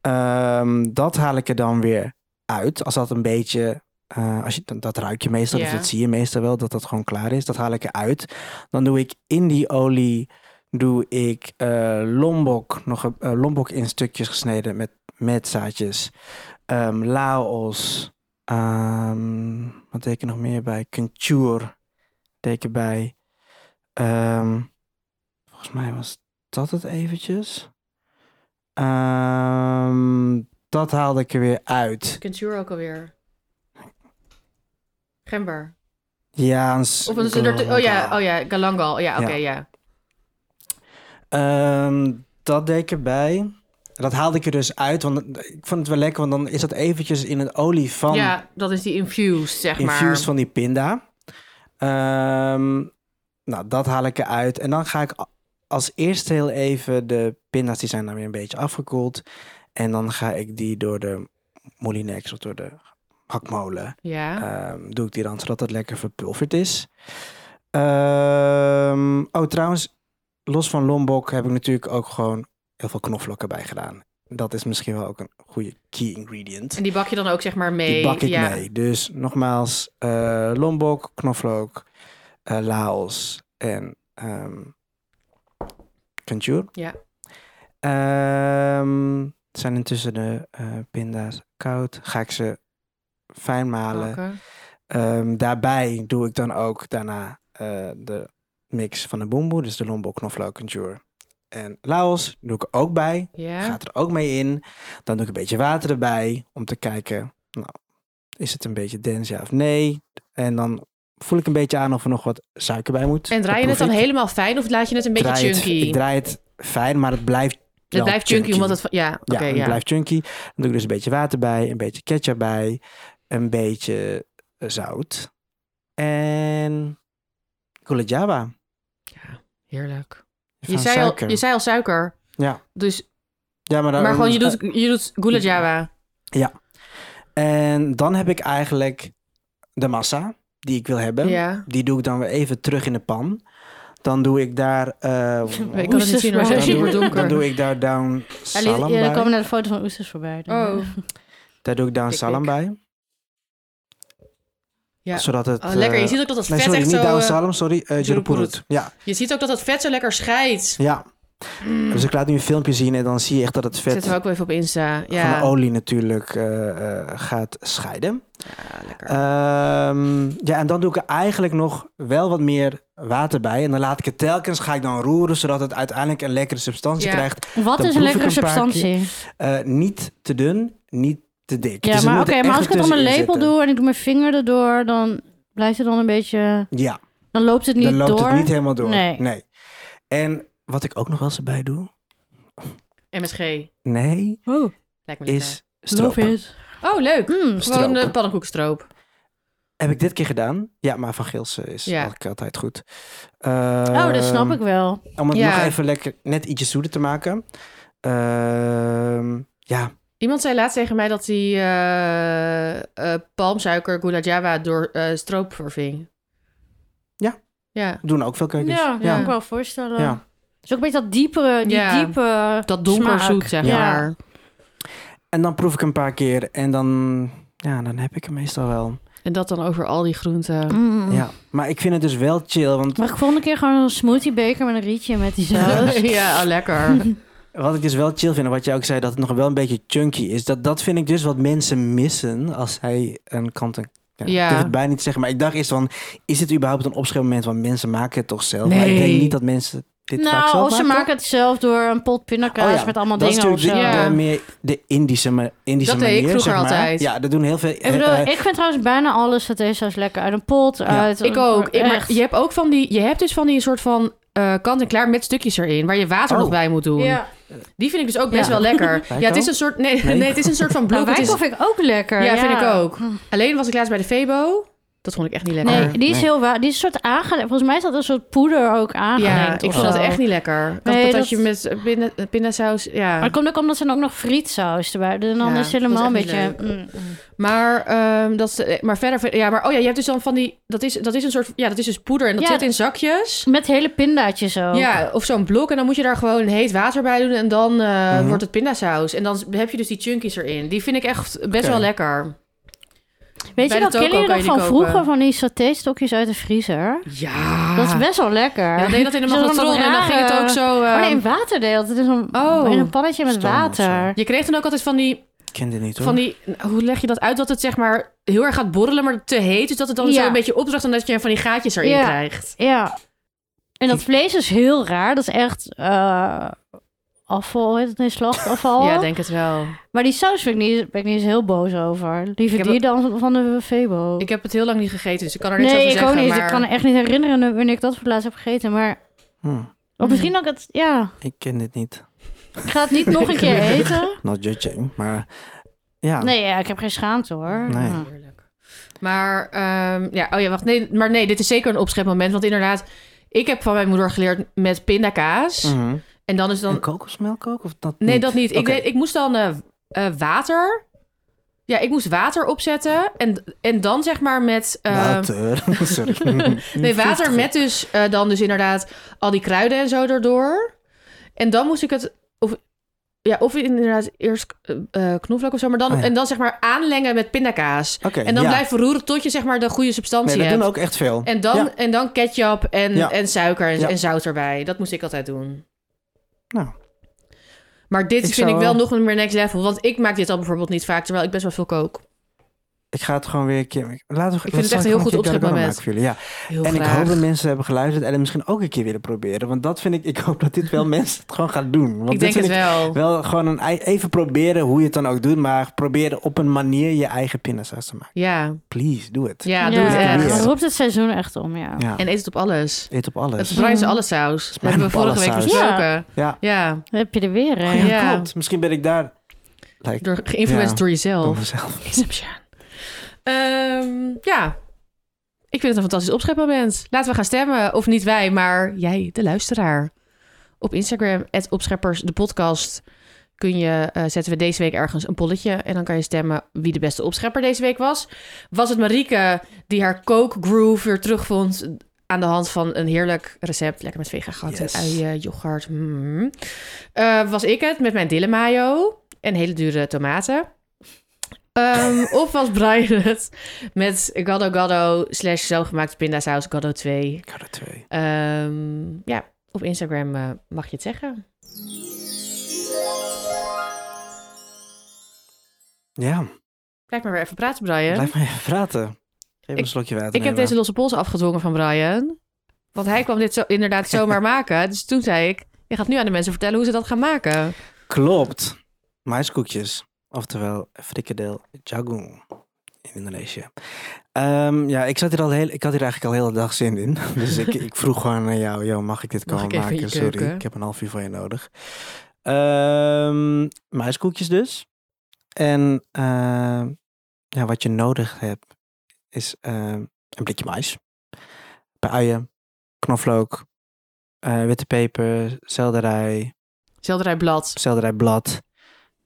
Ehm, dat haal ik er dan weer uit. Als dat een beetje... eh, als je, dat, dat ruik je meestal, of
Ja.
dat zie je meestal wel, dat dat gewoon klaar is. Dat haal ik eruit. Dan doe ik in die olie doe ik eh, lombok, nog een, eh, lombok in stukjes gesneden met, met zaadjes. Ehm, Laos. ehm, wat deed ik er nog meer bij? Kenchur deed ik erbij. Ehm, volgens mij was dat het eventjes. Ehm, dat haalde ik er weer uit.
Kentuur ook alweer. Gember.
Ja, een s-
Of een Oh ja, oh ja, galangal. Ja, oké,
Ja.
ja.
Ehm, dat deed ik erbij. Dat haalde ik er dus uit, want ik vond het wel lekker, want dan is dat eventjes in het olie van
Ja, dat is die infused, zeg maar.
infused van die pinda. Ehm, nou, dat haal ik eruit. En dan ga ik a- als eerste heel even de pinda's, die zijn dan weer een beetje afgekoeld. En dan ga ik die door de molinex of door de hakmolen
Ja.
Ehm, doe ik die dan zodat dat lekker verpulverd is. Ehm, oh, trouwens, los van Lombok heb ik natuurlijk ook gewoon heel veel knoflook erbij gedaan. Dat is misschien wel ook een goede key ingredient.
En die bak je dan ook, zeg maar, mee.
Die bak ik
ja.
mee. Dus nogmaals, eh, Lombok, knoflook, eh, Laos en ehm Kantjoer.
Ja.
Ehm, het zijn intussen de eh, pinda's koud. Ga ik ze fijn malen.
Bakken.
Ehm, daarbij doe ik dan ook daarna eh, de mix van de boemboe, dus de lombok, knoflook en jur. En Laos doe ik ook bij,
Ja.
gaat er ook mee in. Dan doe ik een beetje water erbij om te kijken, nou, is het een beetje dens ja of nee? En dan voel ik een beetje aan of er nog wat suiker bij moet.
En draai je
Dat
het dan
proef ik.
helemaal fijn of laat je het een beetje
Draai het-
chunky?
ik draai het fijn, maar het blijft
het
wel
blijft chunky, omdat het... van- Ja, oké,
ja,
ja.
het blijft chunky. Dan doe ik dus een beetje water bij, een beetje ketchup bij, een beetje eh, zout. En gulab java.
Heerlijk. Je
van
zei, al,
suiker.
je zei al suiker.
Ja.
Dus,
ja, maar, Nou, dan-
maar gewoon, je
eh,
doet, je doet gulab jawa.
En dan heb ik eigenlijk de massa die ik wil hebben.
Ja.
Die doe ik dan weer even terug in de pan. Dan doe ik daar... eh,
Ik kan het niet zien, maar
Dan
het
dan,
Oesters,
wordt
doe,
donker. eh,
dan doe ik daar down
Ja, die-
salam
ja,
bij.
er komen naar de foto's van oesters voorbij. dus- Dan,
Oh,
Daar doe ik down
Tik,
salam
tik.
bij.
Ja.
Zodat het...
Oh, lekker.
eh,
Je ziet ook dat dat vet
nee, sorry,
echt
niet
zo...
down
eh,
salam, sorry. eh
Jurupurut.
jurupurut. Ja,
je ziet ook dat dat vet zo lekker scheidt.
ja.
Mm.
Dus ik laat nu een filmpje zien en dan zie je echt dat het vet
Zetten we ook wel even op Insta. Ja,
van de olie natuurlijk eh, eh, gaat scheiden.
ja Ah, lekker.
Ehm, ja, en dan doe ik er eigenlijk nog wel wat meer water bij. En dan laat ik het telkens, ga ik dan roeren, zodat het uiteindelijk een lekkere substantie
Ja.
krijgt.
Wat
Dan
is
proef ik
een lekkere
een paar
substantie?
Eh, niet te dun, niet te dik.
Ja,
Dus het
maar
moet er
oké, maar
echt
als ik het op mijn
tussenin
lepel
zitten.
doe en ik doe mijn vinger erdoor, dan blijft het dan een beetje.
Ja,
Dan loopt het niet
dan loopt
door.
het niet helemaal door.
Nee.
En wat ik ook nog wel eens erbij doe,
MSG.
nee,
Oh,
Lijkt me lekker.
Eh, is stroop.
it.
Oh, leuk.
Mm.
Gewoon
Stroop.
de pannenkoekstroop.
Heb ik dit keer gedaan. Ja, maar van Gilsen is
Ja.
eigenlijk altijd goed.
Oh, dat snap
Ehm,
ik wel.
Om het
Ja.
nog even lekker net ietsje zoeter te maken. Ehm, ja,
Iemand zei laatst tegen mij dat hij eh, eh, palmsuiker Gula Java door eh, stroop verving.
Ja.
Ja.
doen ook veel keukens.
Ja, dat
Ja.
kan ik wel voorstellen.
Ja.
Dus ook een beetje dat diepere, die
Ja.
diepe.
Dat donkerzoet,
smaak.
zeg
Ja.
maar.
En dan proef ik een paar keer en dan, ja, dan heb ik hem meestal wel.
En dat dan over al die groenten.
Mm.
Ja, maar ik vind het dus wel chill, want
Mag ik volgende keer gewoon een smoothie beker met een rietje met die saus?
ja, oh, lekker.
wat ik dus wel chill vind en wat jij ook zei, dat het nog wel een beetje chunky is. Dat, dat vind ik dus wat mensen missen als hij een kant en ja,
Ja.
Ik durf het bijna niet te zeggen, maar ik dacht eerst van, is dit überhaupt een opschrijfmoment? Want mensen maken het toch zelf? Maar ik
Nee.
denk niet dat mensen dit vaak zelf
nou, of ze
maken.
maken het zelf door een pot pindakaas
Oh ja,
met allemaal
Dat is
dingen of zo.
natuurlijk de,
zo.
de
Ja.
meer de Indische, ma- Indische
Dat deed ik
manier.
vroeger
zeg maar.
altijd.
Ja, dat doen heel veel.
Ik bedoel,
eh, eh,
ik vind trouwens bijna alles satésaus lekker. Uit een pot, uit...
Ik ook. Ik, maar
echt.
je hebt ook van die. Je hebt dus van die soort van eh, kant-en-klaar met stukjes erin, waar je water
Oh.
nog bij moet doen.
Ja. Nou,
Die vind ik dus ook best
Ja.
wel lekker.
Wijko?
ja, het is een soort. Nee,
Nee.
nee. het is een soort van
Nou,
blok. Het is-
wijnkool vind ik ook lekker.
ja, vind ik ook. Alleen was ik laatst bij de Febo. Dat vond ik echt niet lekker.
Nee, die is
Nee.
heel waar. Die is een soort aangelegd. Volgens mij is dat een soort poeder ook
Ja,
aangelegd.
ik
of
vond dat
zo.
echt niet lekker. Dat
Nee,
patatje
dat-
met eh, pinda, eh, pindasaus, ja.
Maar
Maar,
het komt ook omdat ze dan ook nog frietsaus erbij doen. En dan
Ja,
is het helemaal een
dat is
beetje...
echt
mm, mm.
ehm, dat, is- eh, maar verder, ja, maar oh ja, je hebt dus dan van die, dat is, dat is een soort, ja, dat is dus poeder en dat
Ja,
zit in zakjes.
Met hele pindaatjes ook.
Ja, of zo'n blok en dan moet je daar gewoon heet water bij doen en dan eh,
Mhm.
wordt het pindasaus. En dan heb je dus die chunkies erin. Die vind ik echt best
Oké.
wel lekker.
Weet
Bij
je
de
dat,
toko
kennen jullie
kan
nog
je
van
die kopen.
vroeger? Van die satéstokjes uit de vriezer?
Ja.
Dat is best wel lekker.
Ja, dan deed dat in de
Zo'n
magnetron en dan
rare-
ging het ook zo... eh,
Oh nee, in water deelt. Het is een,
Oh.
in een pannetje met
Stoom of
water.
Je kreeg dan ook altijd van die,
ik ken dit niet hoor.
van die... Hoe leg je dat uit? Dat het zeg maar heel erg gaat borrelen, maar te heet. Dus dat het dan
Ja.
zo een beetje opdracht en dat je van die gaatjes erin
Ja.
krijgt.
Ja. En dat vlees is heel raar. Dat is echt eh, afval, heet het? Nee, slachtafval.
Ja, denk het wel.
Maar die saus ben ik niet, ben ik niet eens heel boos over. Liever
heb
die dan van de Febo.
Ik heb het heel lang niet gegeten, dus ik kan er niks
nee,
over
ik
zeggen.
ook niet.
Maar...
Ik kan echt niet herinneren wanneer ik dat voor het laatst heb gegeten. Maar
Hm,
of misschien ook het... Ja,
ik ken dit niet.
ik ga het niet nog een keer eten.
Not judging, maar ja.
Nee, ja, ik heb geen schaamte hoor. Hmm.
Nee.
Ja.
Maar, ehm, ja, oh ja, wacht. Nee, maar nee, dit is zeker een opschepmoment. Want inderdaad, ik heb van mijn moeder geleerd met pindakaas.
Mhm.
En dan is
En
dan...
kokosmelk ook? Of dat
Nee, dat niet. Ik,
Oké.
deed- ik moest dan eh, eh, water... Ja, ik moest water opzetten. En, en dan zeg maar met... eh,
Water. Sorry.
Nee, water met dus eh, dan dus inderdaad al die kruiden en zo erdoor. En dan moest ik het... Of, ja, of inderdaad eerst eh eh, knoflook of zo. Maar dan,
Ah, ja.
En dan zeg maar aanlengen met pindakaas.
Oké,
En dan
ja.
blijven roeren tot je zeg maar de goede substantie
Nee, dat
hebt.
doen ook echt veel.
En dan,
Ja.
en dan ketchup en,
Ja.
en suiker en,
Ja.
en zout erbij. Dat moest ik altijd doen.
Nou,
Maar dit
Ik
vind
zou-
ik wel nog een meer next level. Want ik maak dit al bijvoorbeeld niet vaak, terwijl ik best wel veel kook.
ik ga het gewoon weer een keer... Laten we, ik
het echt een heel goed opschepmoment.
voor jullie. Ja.
Heel
En ik
graag.
hoop dat mensen hebben geluisterd en het misschien ook een keer willen proberen. Want dat vind ik... Ik hoop dat dit wel mensen het gewoon gaan doen. Want dit
Ik denk
vind
het
ik
wel.
Wel gewoon een, ei- even proberen hoe je het dan ook doet, maar probeer op een manier je eigen pindasaus te maken.
Ja,
Please, doe het.
ja, doe
Ja.
het
Ja.
echt.
Roept het seizoen echt om, ja.
Ja,
En eet het op alles.
eet op
Het is
alles.
bruin alle saus. Dat
mijn
hebben we vorige week
ballensaus.
besproken.
Ja.
Ja.
Ja,
Dan heb je er weer
Oh ja,
een.
Ja.
klopt. Misschien ben ik daar like,
Door, geïnfluenced
Ja.
door
door
jezelf.
mezelf.
Inception. Ehm, ja. Ik vind het een fantastisch opschepmoment. Laten we gaan stemmen. Of niet wij, maar jij, de luisteraar. Op Instagram, @opscheppers, de podcast. kun je, eh, zetten we deze week ergens een polletje. En dan kan je stemmen wie de beste opschepper deze week was. Was het Marieke die haar kookgroove weer terugvond aan de hand van een heerlijk recept. Lekker met vega gehakt
Yes.
en uien, yoghurt. mm. Eh, was ik het met mijn dille mayo en hele dure tomaten. Ehm, of was Brian het met gado gado slash zelfgemaakte pindasaus gado 2.
Ik had er twee.
Ehm, ja, op Instagram eh, mag je het zeggen.
Ja,
Blijf maar weer even praten, Brian.
blijf maar even praten. Even
Ik-
een slokje water
Ik heb
nemen.
deze losse pols afgedwongen van Brian. Want hij kwam dit zo, inderdaad zomaar maken. Dus toen zei ik, je gaat nu aan de mensen vertellen hoe ze dat gaan maken.
Klopt. Maiskoekjes. Oftewel frikadel jagung in Indonesië. Ehm, ja, ik, zat hier al heel, ik had hier eigenlijk al de hele dag zin in. Dus ik, ik vroeg gewoon aan jou, yo, mag ik dit
Mag
komen
ik even in
maken?
je
Sorry,
keuken?
ik heb een half uur van je nodig. Ehm maiskoekjes dus. En ehm, ja, wat je nodig hebt is ehm, een blikje mais. Bij uien, knoflook, eh, witte peper, selderij,
Zelderijblad.
selderijblad,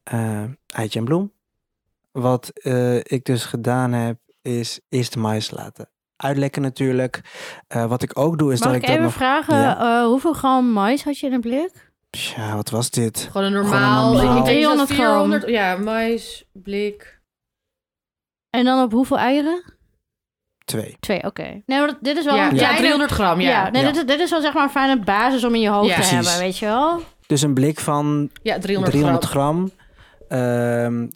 eh eitje en bloem. Wat eh, ik dus gedaan heb, is eerst de mais laten uitlekken natuurlijk. Eh, wat ik ook doe, is
Mag
dat
ik
ik, dat
even
nog...
vragen,
Ja.
eh, hoeveel gram mais had je in een blik?
Tja, wat was dit?
Gewoon een
Gewoon een
normaal...
normaal.
Ik denk dat
300 gram.
400... Ja, mais, blik...
En dan op hoeveel eieren?
Twee.
Twee, oké. Nee, maar dat- dit is wel
ja,
een
ja,
kleine...
300 gram, ja.
Ja,
Ja,
nee,
Ja.
Dit, dit is wel zeg maar een fijne basis om in je hoofd
Ja.
te
Precies.
hebben, weet je wel?
Dus een blik van
300,
300
gram.
gram. ehm,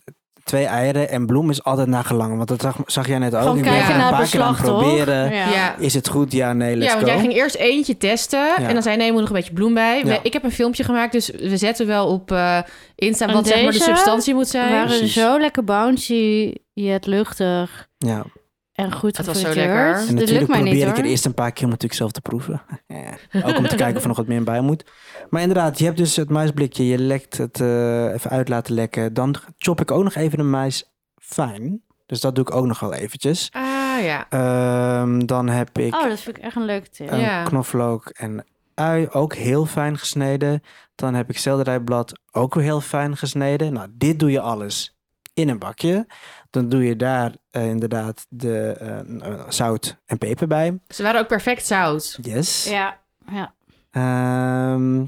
twee eieren en bloem is altijd naar gelang. Want dat zag, zag jij net ook.
Gewoon
Ik ben het
kijken
een
naar het
paar keer aan
beslag,
het
toch?
proberen.
Ja. Ja.
Is het goed? Ja, nee, let's
want
go.
jij ging eerst eentje testen en dan zei nee, je moet nog een beetje bloem bij. We-
Ja.
Ik heb een filmpje gemaakt, dus we zetten wel op eh, Insta
En
wat zeg maar de
deze
substantie moet zijn.
waren
precies.
zo lekker bouncy, het luchtig
Ja.
en goed
Het was zo
gefrituurd.
lekker. En
En
Dit
natuurlijk
lukt mij
probeer
niet,
ik
hoor.
het eerst een paar keer om natuurlijk zelf te proeven. Ook om te kijken of er nog wat meer bij moet. Maar inderdaad, je hebt dus het maisblikje. Je lekt het eh, even uit laten lekken. Dan chop ik ook nog even de mais fijn. Dus dat doe ik ook nog wel eventjes.
Ah ja.
Ehm, dan heb ik
Oh, dat vind ik echt een leuke tip.
een
ja.
knoflook en ui, ook heel fijn gesneden. Dan heb ik selderijblad, ook weer heel fijn gesneden. Nou, dit doe je alles in een bakje. Dan doe je daar eh, inderdaad de eh, eh, zout en peper bij.
Ze waren ook perfect zout.
Yes.
Ja, ja.
Ehm,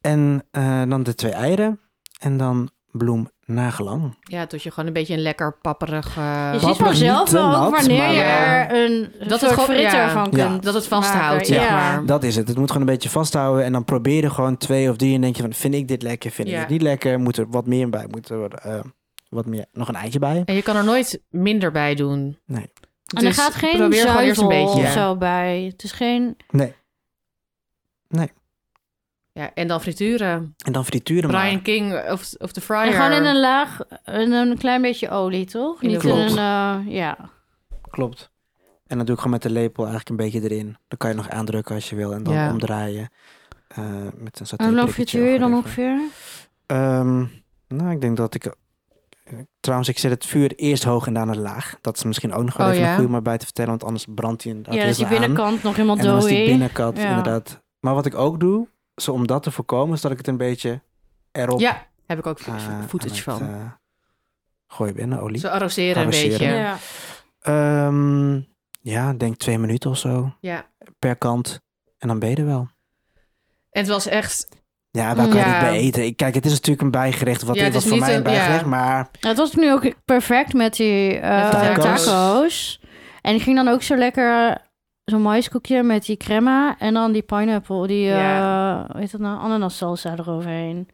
en eh, dan de twee eieren. En dan bloem naar gelang.
Ja, tot je gewoon een beetje een lekker papperig... eh,
Je
Pap-
ziet
Papa,
vanzelf
niet te
wel ook
nat,
wanneer
maar
je
wel-
er een
het
dat soort
gewoon-
frit
eh, ja.
ervan
Ja.
kunt.
dat het vasthoudt,
maken,
zeg
ja.
maar.
Dat is het. Het moet gewoon een beetje vasthouden. En dan probeer je gewoon twee of drie. En denk je van, vind ik dit lekker? Vind
Ja.
ik het niet lekker? Moet er wat meer bij? Moet er eh, wat meer, nog een eitje bij?
En je kan er nooit minder bij doen.
Nee.
En er
Dus
gaat geen
probeer gewoon eerst
zuivel
een beetje.
of zo bij. Het is geen...
Nee.
Ja, en dan frituren.
En dan frituren
Brian
maar.
King of, of de fryer.
En gewoon in een laag, in een klein beetje olie, toch?
In de
Niet in
Klopt.
een... eh, ja.
Klopt. En dan doe ik gewoon met de lepel eigenlijk een beetje erin. Dan kan je nog aandrukken als je wil. En dan
Ja.
omdraaien. eh, met een saté
En hoe lang frituur je dan
ongeveer?
ongeveer?
Ehm, nou, ik denk dat ik... Trouwens, ik zet het vuur eerst hoog en daarna laag. Dat is misschien ook nog wel
Oh,
even
ja?
een goede om erbij te vertellen, want anders brandt hij inderdaad
Ja, dus die
heel veel aan.
binnenkant nog helemaal
En dan is die
dooi.
binnenkant
Ja.
inderdaad... Maar wat ik ook doe, zo om dat te voorkomen, is dat ik het een beetje erop...
Ja, heb ik ook vo-
eh,
vo-
aan
footage
het,
van.
eh, gooi binnen, olie.
Zo arroseren een
Arroseren.
beetje. Ja.
Ja.
Ehm, ja, denk twee minuten of zo per kant. En dan ben je er wel.
En het was echt...
Ja, waar kan je
Ja.
dit bij eten? Ik- Kijk, het is natuurlijk een bijgerecht. Wat
Ja,
dit was
het is
voor
niet
mij een
een- ja.
bijgerecht, maar...
Ja, Het was nu ook perfect met die eh,
Met
de
tacos.
tacos.
En ik ging dan ook zo lekker zo'n maiskoekje met die crema en dan die pineapple, die
Ja.
eh, hoe heet dat nou, ananas salsa eroverheen.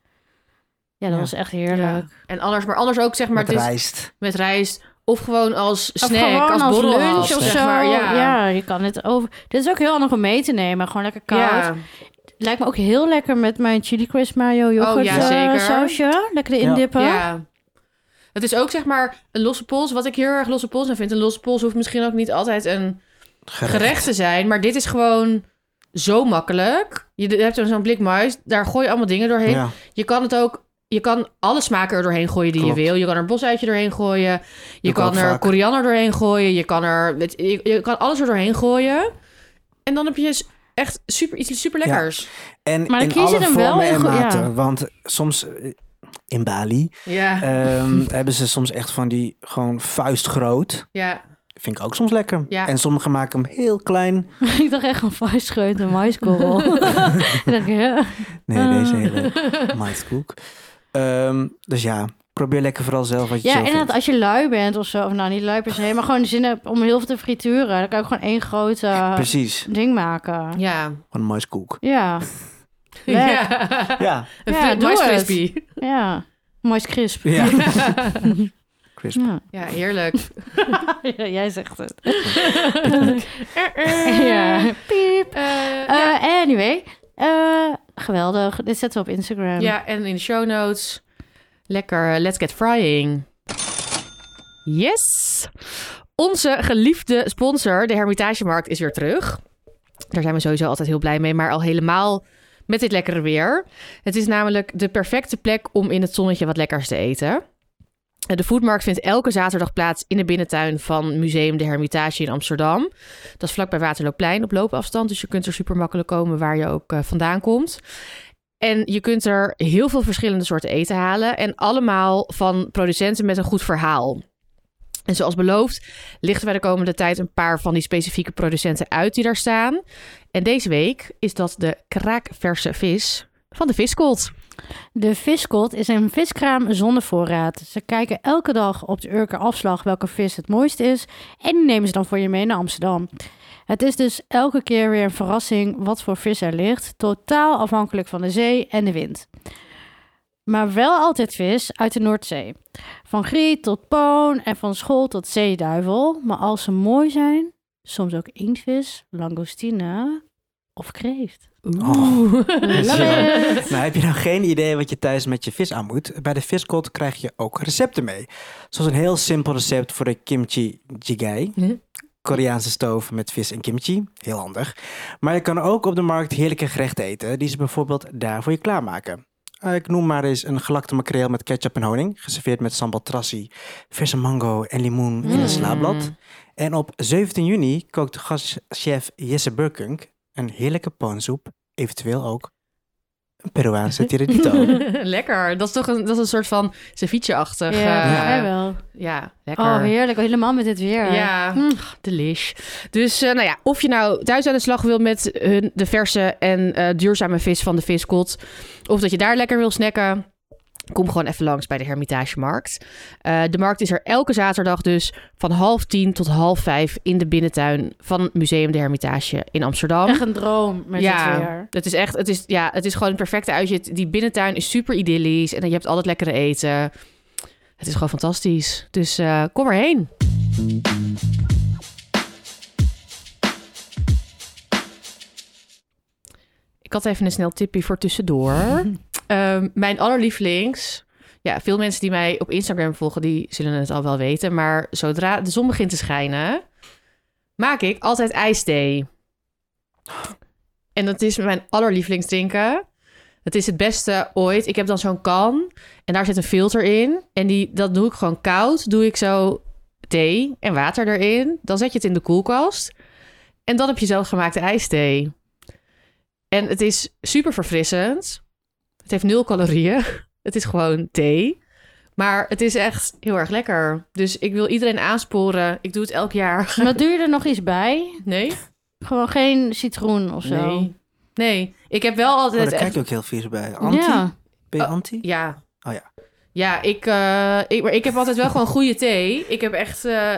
Ja, dat
Ja.
was echt heerlijk.
ja. En anders, maar anders ook zeg maar...
met
het is
rijst.
met rijst. Of gewoon als snack,
of gewoon
als,
als,
borrelhap,
lunch of
zeg
zo.
maar,
ja.
Ja.
je kan het over. Dit is ook heel handig om mee te nemen, gewoon lekker koud.
Ja.
Lijkt me ook heel lekker met mijn chili crisp mayo yoghurt
Oh, ja,
eh,
zeker.
sausje. Lekker erin
Ja.
dippen.
Ja. Het is ook zeg maar een losse pols. Wat ik heel erg losse pols aan vind. Een losse pols hoeft misschien ook niet altijd een gerecht te zijn. Maar dit is gewoon zo makkelijk. Je d- hebt zo'n blik muis. Daar gooi je allemaal dingen doorheen.
Ja.
Je kan het ook... Je kan alle smaken er doorheen gooien die je
Klopt.
wil. Je kan er een bosuitje doorheen gooien. Je
ik ook
kan er
vaak.
koriander doorheen gooien. Je kan er... weet- Je, je kan alles er doorheen gooien. En dan heb je s- echt super, iets super lekkers.
En
Maar dan
in
kies je
alle
hem wel
vormen
in
en
goe- ja.
maten. Want soms... eh, in Bali,
Ja,
ehm, hebben ze soms echt van die gewoon vuistgroot.
ja.
Vind ik ook soms lekker.
Ja.
En sommigen maken hem heel klein.
ik dacht echt van vuistgeut en maiskorrel. ik dacht, ja.
Nee,
Ah.
deze hele maïskoek. Ehm, dus ja, probeer lekker vooral zelf wat je
ja,
zelf
en dat
vindt.
als je lui bent of zo, of nou niet lui per se, maar gewoon zin hebt om heel veel te frituren, dan kan ik gewoon één grote
Precies,
ding maken.
Ja.
gewoon maïskoek.
Ja,
Ja.
Lekker.
Ja,
Een
Ja,
fri-
doe
nice
het.
crispy.
ja. Mooi crisp.
ja. Crisp.
Ja.
Ja, heerlijk.
Ja, jij zegt het.
ja.
ja. Piep.
Eh, ja.
Eh, anyway, eh, geweldig. Dit zetten we op Instagram.
Ja, en in de show notes. Lekker, eh, let's get frying. Yes! Onze geliefde sponsor, de Hermitagemarkt, is weer terug. Daar zijn we sowieso altijd heel blij mee, maar al helemaal met dit lekkere weer. Het is namelijk de perfecte plek om in het zonnetje wat lekkers te eten. Eh, De foodmarkt vindt elke zaterdag plaats in de binnentuin van Museum de Hermitage in Amsterdam. Dat is vlakbij Waterloopplein op loopafstand, dus je kunt er super makkelijk komen waar je ook eh, vandaan komt. En je kunt er heel veel verschillende soorten eten halen. En allemaal van producenten met een goed verhaal. En zoals beloofd, lichten wij de komende tijd een paar van die specifieke producenten uit die daar staan. En deze week is dat de kraakverse vis van de viskolt.
De Viskot is een viskraam zonder voorraad. Ze kijken elke dag op de Urker afslag welke vis het mooiste is en die nemen ze dan voor je mee naar Amsterdam. Het is dus elke keer weer een verrassing wat voor vis er ligt, totaal afhankelijk van de zee en de wind. Maar wel altijd vis uit de Noordzee. Van griet tot poon en van school tot zeeduivel. Maar als ze mooi zijn, soms ook inktvis, langoustine of kreeft.
Oh.
Love it!
Nou, heb je nou geen idee wat je thuis met je vis aan moet? Bij de viskot krijg je ook recepten mee. Zoals een heel simpel recept voor de kimchi jjigae.
Hm.
Koreaanse stoof met vis en kimchi. Heel handig. Maar je kan ook op de markt heerlijke gerechten eten... die ze bijvoorbeeld daar voor je klaarmaken. Eh, ik noem maar eens een gelakte makreel met ketchup en honing... geserveerd met sambal trassi, verse mango en limoen in
Mm.
een slaapblad. En op 17 juni kookt gastchef Jesse Burkunk... een heerlijke poonsoep, eventueel ook een Peruaanse tiradito.
lekker. Dat is toch een, dat is een soort van ceviche-achtig. eh,
Ja, hij wel.
ja, lekker.
Oh, heerlijk. Helemaal met dit weer.
Ja,
Mm.
delish. Dus eh, nou ja, of je nou thuis aan de slag wil met eh, hun, de verse en eh, duurzame vis van de viskot... of dat je daar lekker wil snacken... kom gewoon even langs bij de Hermitagemarkt. Eh de markt is er elke zaterdag dus van half tien tot half vijf... in de binnentuin van Museum de Hermitage in Amsterdam.
Echt een droom met
ja,
dit weer.
Het is echt, het is, ja, het is gewoon een perfecte uitje. Het- Die binnentuin is super idyllisch en je hebt altijd lekkere eten. Het is gewoon fantastisch. Dus eh, kom erheen. Ik had even een snel tipje voor tussendoor. Ehm, mijn allerlievelings. Ja, veel mensen die mij op Instagram volgen, die zullen het al wel weten. Maar zodra de zon begint te schijnen, maak ik altijd ijsthee. En dat is mijn allerlievelingsdrinken. Het is het beste ooit. Ik heb dan zo'n kan en daar zit een filter in. En die, dat doe ik gewoon koud. Doe ik zo thee en water erin. Dan zet je het in de koelkast. En dan heb je zelfgemaakte ijsthee. En het is super verfrissend. Het heeft nul calorieën. Het is gewoon thee. Maar het is echt heel erg lekker. Dus ik wil iedereen aansporen. Ik doe het elk jaar.
Maar doe je er nog iets bij?
Nee?
Gewoon geen citroen of zo.
Nee. Nee. Ik heb wel altijd...
Maar Oh, daar
echt-
kijk je ook heel vies bij. Anti?
Ja.
Ben je
Oh,
anti?
Ja.
Oh ja.
Ja, ik, eh, ik, maar ik heb altijd wel gewoon goede thee. Ik heb echt, eh,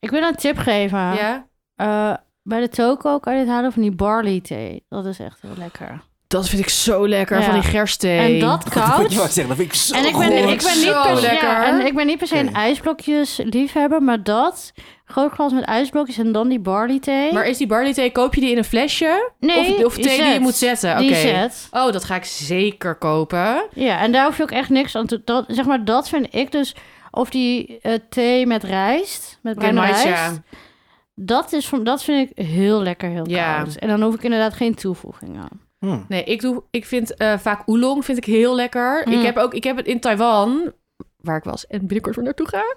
Ik wil een tip geven.
ja.
Eh, bij de toko kan je het halen van die barley thee. Dat is echt heel lekker.
Dat vind ik zo lekker,
Ja.
van die gerstthee.
En dat koud.
Je wou nou zeggen, dat vind ik zo
en ik ben,
goor.
goor.
ik, ben niet
Oh, Zo
per se,
lekker.
ja, en ik ben niet per se een
Oké.
ijsblokjes liefhebber, maar dat. Groot glas met ijsblokjes en dan die barley thee.
Maar is die barley thee, koop je die in een flesje?
nee,
of, of thee die je
zet.
moet zetten? Oké.
Die zet.
Oh, dat ga ik zeker kopen.
Ja, en daar hoef je ook echt niks aan te... Dat, zeg maar, dat vind ik dus... Of die eh, thee met rijst, met bruine
Bruin
rijst.
maisja.
Dat, is voor, dat vind ik heel lekker, heel
Ja.
koud. En dan hoef ik inderdaad geen toevoegingen.
Hmm.
Nee, ik, doe, ik vind eh, vaak oolong vind ik heel lekker. Ik,
Mm.
heb ook, ik heb het in Taiwan, waar ik was en binnenkort weer naartoe ga.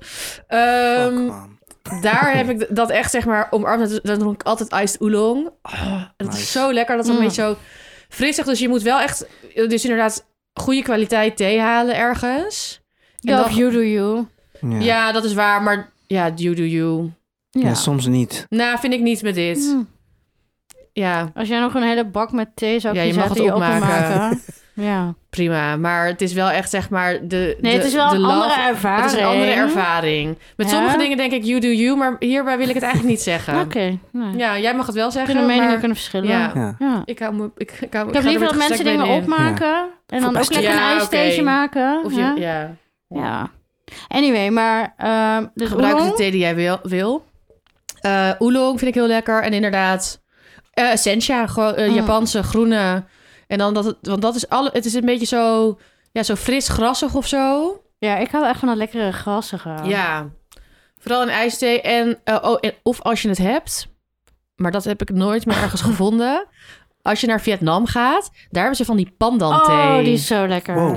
Ehm,
Fuck, man.
daar heb ik dat echt zeg maar omarmd. Dan dronk ik altijd iced oolong. Oh, dat
Nice.
is zo lekker. Dat is een
Mm.
beetje zo frissig. Dus je moet wel echt... Dus inderdaad goede kwaliteit thee halen ergens. En
Ja,
dan-
of you do you.
Ja.
ja. dat is waar, maar ja, you do you.
Ja,
Ja.
soms niet.
Nou, vind ik niet met dit.
Mm.
Ja,
Als jij nog een hele bak met thee zou
Ja, je
kiezen,
mag
had
het
je ook kunnen
opmaken.
maken. ja.
prima. Maar het is wel echt, zeg maar, de.
Nee,
de,
het is wel
de
een
love-
andere ervaring. nou,
Het is een andere ervaring. Met
Ja?
sommige dingen denk ik you do you, maar hierbij wil ik het eigenlijk niet zeggen.
Oké, nou,
Ja, jij mag het wel zeggen,
kunnen meningen
maar
kunnen verschillen.
Ja.
Ja.
Ja.
ik hou me... Ik, ik, hou,
Ik heb
ga er
liever
met
dat mensen
gesprek mee
dingen
in.
opmaken en dan ook
Verpest.
lekker een
Ja,
ijstheetje
oké.
maken.
Of
ja.
je, ja.
Ja. Anyway, maar ehm dus
Gebruik de
oolong?
thee die jij wil. wil. Eh, oolong vind ik heel lekker. En inderdaad, eh essentia, gewoon, eh,
Mm.
Japanse groene. En dan dat het, want dat is alle, het is een beetje zo, ja, zo fris grassig of zo.
Ja, ik hou echt van dat lekkere grassige.
Ja, vooral in ijsthee. En, eh, oh, en- of als je het hebt, maar dat heb ik nooit meer ergens gevonden. Als je naar Vietnam gaat, daar hebben ze van die pandan thee.
Oh, die is zo lekker.
Wow.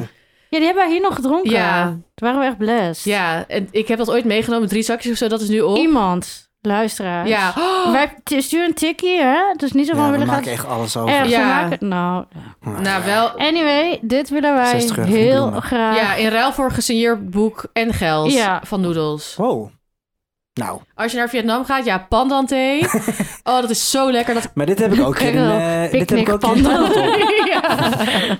Ja, die hebben wij hier nog gedronken.
Ja.
Toen waren we echt blessed.
Ja, en ik heb dat ooit meegenomen, drie zakjes of zo, dat is nu op.
Iemand, luisteraars.
Ja,
Wij t- sturen een tikkie, hè? Dus niet zo van
Ja, we
willen gaan...
maken echt alles over.
Echt,
Ja.
we maken... Nou,
nou wel,
anyway, dit willen wij
60 euro,
heel
prima.
graag.
Ja, in ruil voor gesigneerd boek en geld
Ja.
van Noedels.
Wow. Nou,
Als je naar Vietnam gaat, ja, pandan thee. oh, dat is zo lekker. Dat...
maar dit heb ik ook in, eh, dit heb ik ook in
Picknickpanden.
Thailand op.
ja.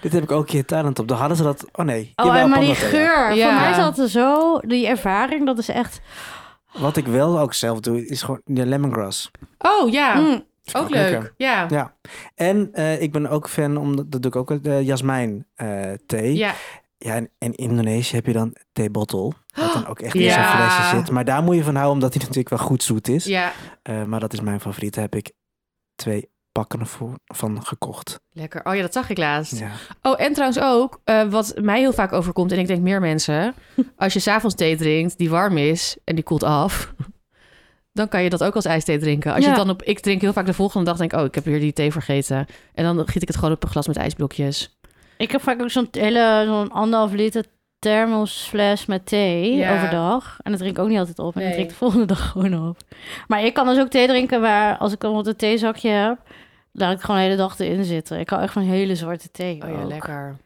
Dit heb ik ook in Thailand op. Daar hadden ze dat... Oh nee.
Oh,
Jawel,
en maar die
pandathee, ja.
geur.
Ja.
Voor mij is dat zo... Die ervaring, dat is echt...
Wat ik wel ook zelf doe, is gewoon de lemongrass.
Oh ja,
Mm.
Vind ik
ook leuk.
lekker.
Ja.
Ja. En eh, ik ben ook fan, omdat, dat doe ik ook, de jasmijn eh, thee.
Ja.
Ja, en in Indonesië heb je dan theebottle. Dat dan ook echt in
Ja.
zo'n flesje zit. Maar daar moet je van houden, omdat die natuurlijk wel goed zoet is.
ja,
Eh, maar dat is mijn favoriet. Daar heb ik twee pakken voor, van gekocht.
lekker. Oh ja, dat zag ik laatst.
Ja.
Oh, en trouwens ook, eh, wat mij heel vaak overkomt, en ik denk meer mensen, als je s'avonds thee drinkt die warm is en die koelt af, dan kan je dat ook als ijsthee drinken. Als
Ja.
je dan op, ik drink heel vaak de volgende dag, denk ik, oh, ik heb weer die thee vergeten. En dan giet ik het gewoon op een glas met ijsblokjes.
Ik heb vaak ook zo'n hele... Zo'n anderhalf liter thermosfles met thee
Ja.
overdag. En dat drink ik ook niet altijd op. En
Nee.
dat drink ik de volgende dag gewoon op. Maar ik kan dus ook thee drinken waar... Als ik dan wat een theezakje heb... Laat ik gewoon de hele dag erin zitten. Ik hou echt van hele zwarte thee.
Oh ja,
ook.
lekker.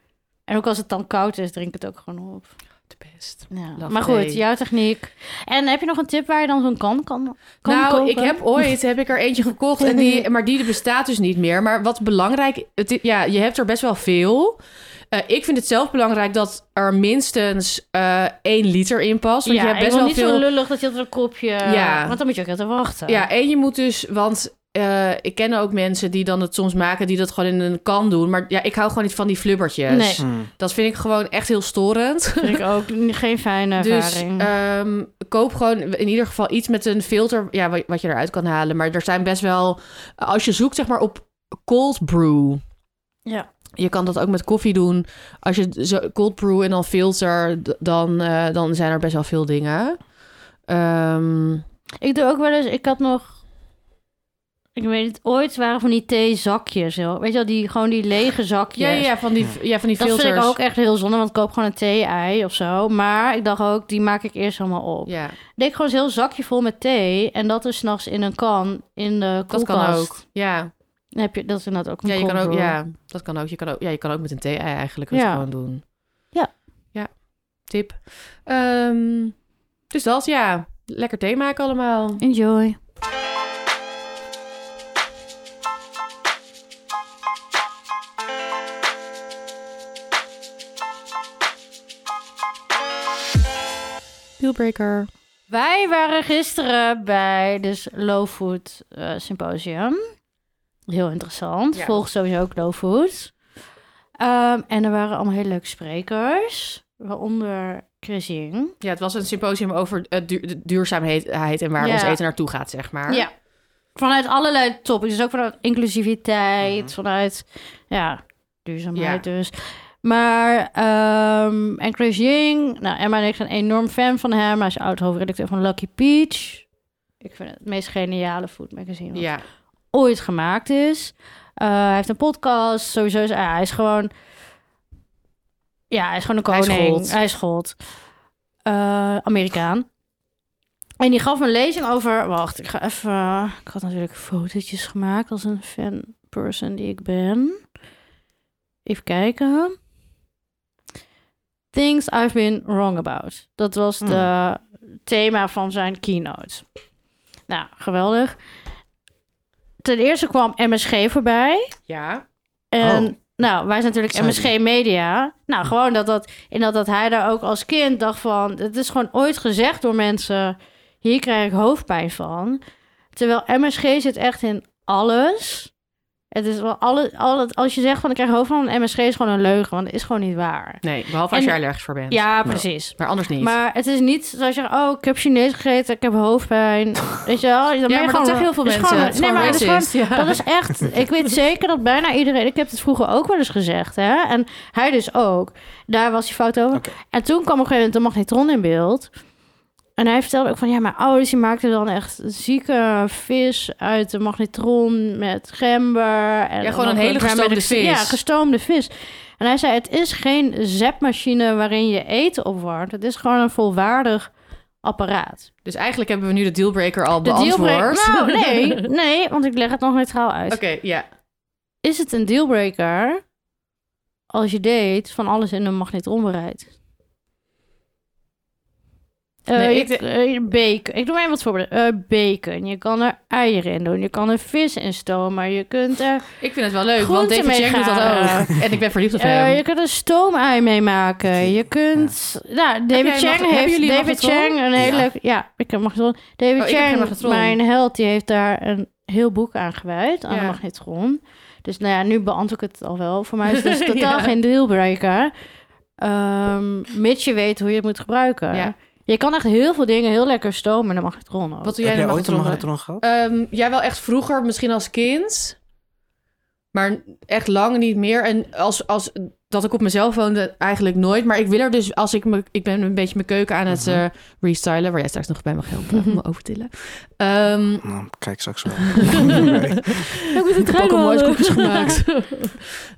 En ook als het dan koud is, drink ik het ook gewoon op.
De best.
Ja.
Love
Maar goed,
thee.
jouw techniek. En heb je nog een tip waar je dan zo'n kan kan, kan
nou,
kopen?
ik heb ooit heb ik er eentje gekocht, en die, maar die bestaat dus niet meer. Maar wat belangrijk, het, i- ja, je hebt er best wel veel. Eh, ik vind het zelf belangrijk dat er minstens eh 1 liter in past. Want
ja,
je
ik
hebt best
wil
wel
niet
veel.
zo lullig dat je altijd een kopje...
Ja.
Want dan moet je ook even wachten.
Ja, en je moet dus, want eh, ik ken ook mensen die dan het soms maken, die dat gewoon in een kan doen. Maar ja, ik hou gewoon niet van die flubbertjes.
Nee.
Mm.
Dat vind ik gewoon echt heel storend.
Vind ik ook n- geen fijne
Dus
ervaring.
ehm, koop gewoon in ieder geval iets met een filter ja, wat, wat je eruit kan halen. Maar er zijn best wel, als je zoekt zeg maar op cold brew.
Ja.
Je kan dat ook met koffie doen. Als je zo cold brew en dan filter, d- dan, eh, dan zijn er best wel veel dingen. Ehm,
ik doe ook wel eens... Ik had nog... Ik weet niet, ooit waren van die theezakjes. Joh. Weet je wel, die, gewoon die lege zakjes.
ja, ja, ja, van die, ja, van die
Dat
filters.
vind ik ook echt heel zonde, want ik koop gewoon een thee-ei of zo. Maar ik dacht ook, die maak ik eerst helemaal op.
Ja,
deed ik gewoon een heel zakje vol met thee. En dat is s'nachts in een kan in de
dat
koelkast.
kan ook. Ja.
Dan heb je, dat is inderdaad ook een
Ja, je kan ook,
koelkast.
ja, dat kan ook. Je kan ook, ja, je kan ook met een thee eigenlijk het
Ja.
gewoon doen.
Ja.
Ja, tip. Ehm, dus dat, ja. Lekker thee maken allemaal.
Enjoy.
Dealbreaker.
Wij waren gisteren bij dus Low Food eh, Symposium. Heel interessant.
Ja.
Volg sowieso ook Low Food. Ehm, en er waren allemaal hele leuke sprekers. Waaronder Chris Ying.
Ja, het was een symposium over eh, duur- de duurzaamheid en waar
Ja.
ons eten naartoe gaat, zeg maar.
Ja. Vanuit allerlei topics. Dus ook vanuit inclusiviteit, vanuit ja, duurzaamheid dus. Maar, ehm, en Chris Ying, nou, Emma en ik zijn enorm fan van hem. Hij is oud-hoofdredacteur van Lucky Peach. Ik vind het het meest geniale food magazine wat
Ja.
ooit gemaakt is. Eh, hij heeft een podcast, sowieso. Is, ja, hij is gewoon... Ja, hij is gewoon een
Hij is
koning.
God.
Hij is God. Eh, Amerikaan. En die gaf me een lezing over... Wacht, ik ga even... Ik had natuurlijk fotootjes gemaakt als een fanperson die ik ben. Even kijken. Things I've Been Wrong About. Dat was het thema van zijn keynote. Nou, geweldig. Ten eerste kwam MSG voorbij.
Ja.
En
Oh.
nou, wij zijn natuurlijk
Zei
MSG Media. Nou, gewoon dat dat... En dat, dat hij daar ook als kind dacht van... Het is gewoon ooit gezegd door mensen... Hier krijg ik hoofdpijn van. Terwijl MSG zit echt in alles. Het is wel alle, al het- als je zegt van ik krijg hoofdpijn van MSG is gewoon een leugen. Want het is gewoon niet waar.
Nee, behalve als
En-
je er allergisch voor bent.
Ja, precies.
Maar anders niet.
Maar het is niet zoals je zegt, oh, ik heb Chinees gegeten, ik heb hoofdpijn. Weet je wel? Dan ben je
ja, maar
gewoon-
dat zeggen heel veel
is
mensen.
gewoon-
Het is
nee,
gewoon
maar het is
racist. Ja.
dat is echt, ik weet zeker dat bijna iedereen, ik heb het vroeger ook wel eens gezegd, hè? En hij dus ook. Daar was hij fout over.
Oké.
En toen kwam op een gegeven moment de magnetron in beeld. En hij vertelde ook van, ja, mijn ouders die maakten dan echt zieke vis uit de magnetron met gember. En
Ja, gewoon een
nog
hele
waarmee
gestoomde
ik-
vis.
Ja, gestoomde vis. En hij zei, het is geen zetmachine waarin je eten opwarmt. Het is gewoon een volwaardig apparaat.
Dus eigenlijk hebben we nu de dealbreaker al beantwoord.
dealbreaker- Nou, nee, nee, want ik leg het nog neutraal uit
Oké, ja.
is het een dealbreaker als je date van alles in een magnetron bereidt? Eh,
Nee,
je-
ik de-
eh, bacon. Ik doe maar even wat voorbeelden. Eh, bacon. Je kan er eieren in doen. Je kan er vis in stomen. Je kunt er,
Ik vind het wel leuk, want
Groente
David Jack doet dat
meegaren.
ook. En ik ben verliefd op
eh,
hem.
je kunt er stoomei mee maken. Je kunt... Nou, David
jij
Chang
mag- hebben
heeft...
jullie
David
magnetron?
Chang, een hele
Ja.
leuke... Ja, ik heb magnetron. David
Oh, ik heb geen
Chang,
magnetron.
mijn held, die heeft daar een heel boek aan gewijd. Aan
Ja.
een magnetron. Dus nou ja, nu beantwoord ik het al wel. Voor mij is het dus totaal
Ja.
geen dealbreaker. Ehm mits je weet hoe je het moet gebruiken.
Ja.
Je kan echt heel veel dingen heel lekker stomen in een magnetron ook.
Wat doe
Heb
jij in
jij
de
ooit een
marathon?
marathon gehad?
Ehm, ja, wel echt vroeger, misschien als kind. Maar echt lang niet meer. En als, als dat ik op mezelf woonde, eigenlijk nooit. Maar ik wil er dus, als ik me, ik ben een beetje mijn keuken aan het
Mhm.
eh, restylen, waar jij straks nog bij mag helpen, om me over te tillen. Ehm,
Nou, kijk straks wel.
Ik moet het
Ik heb ook al mooie koekjes gemaakt.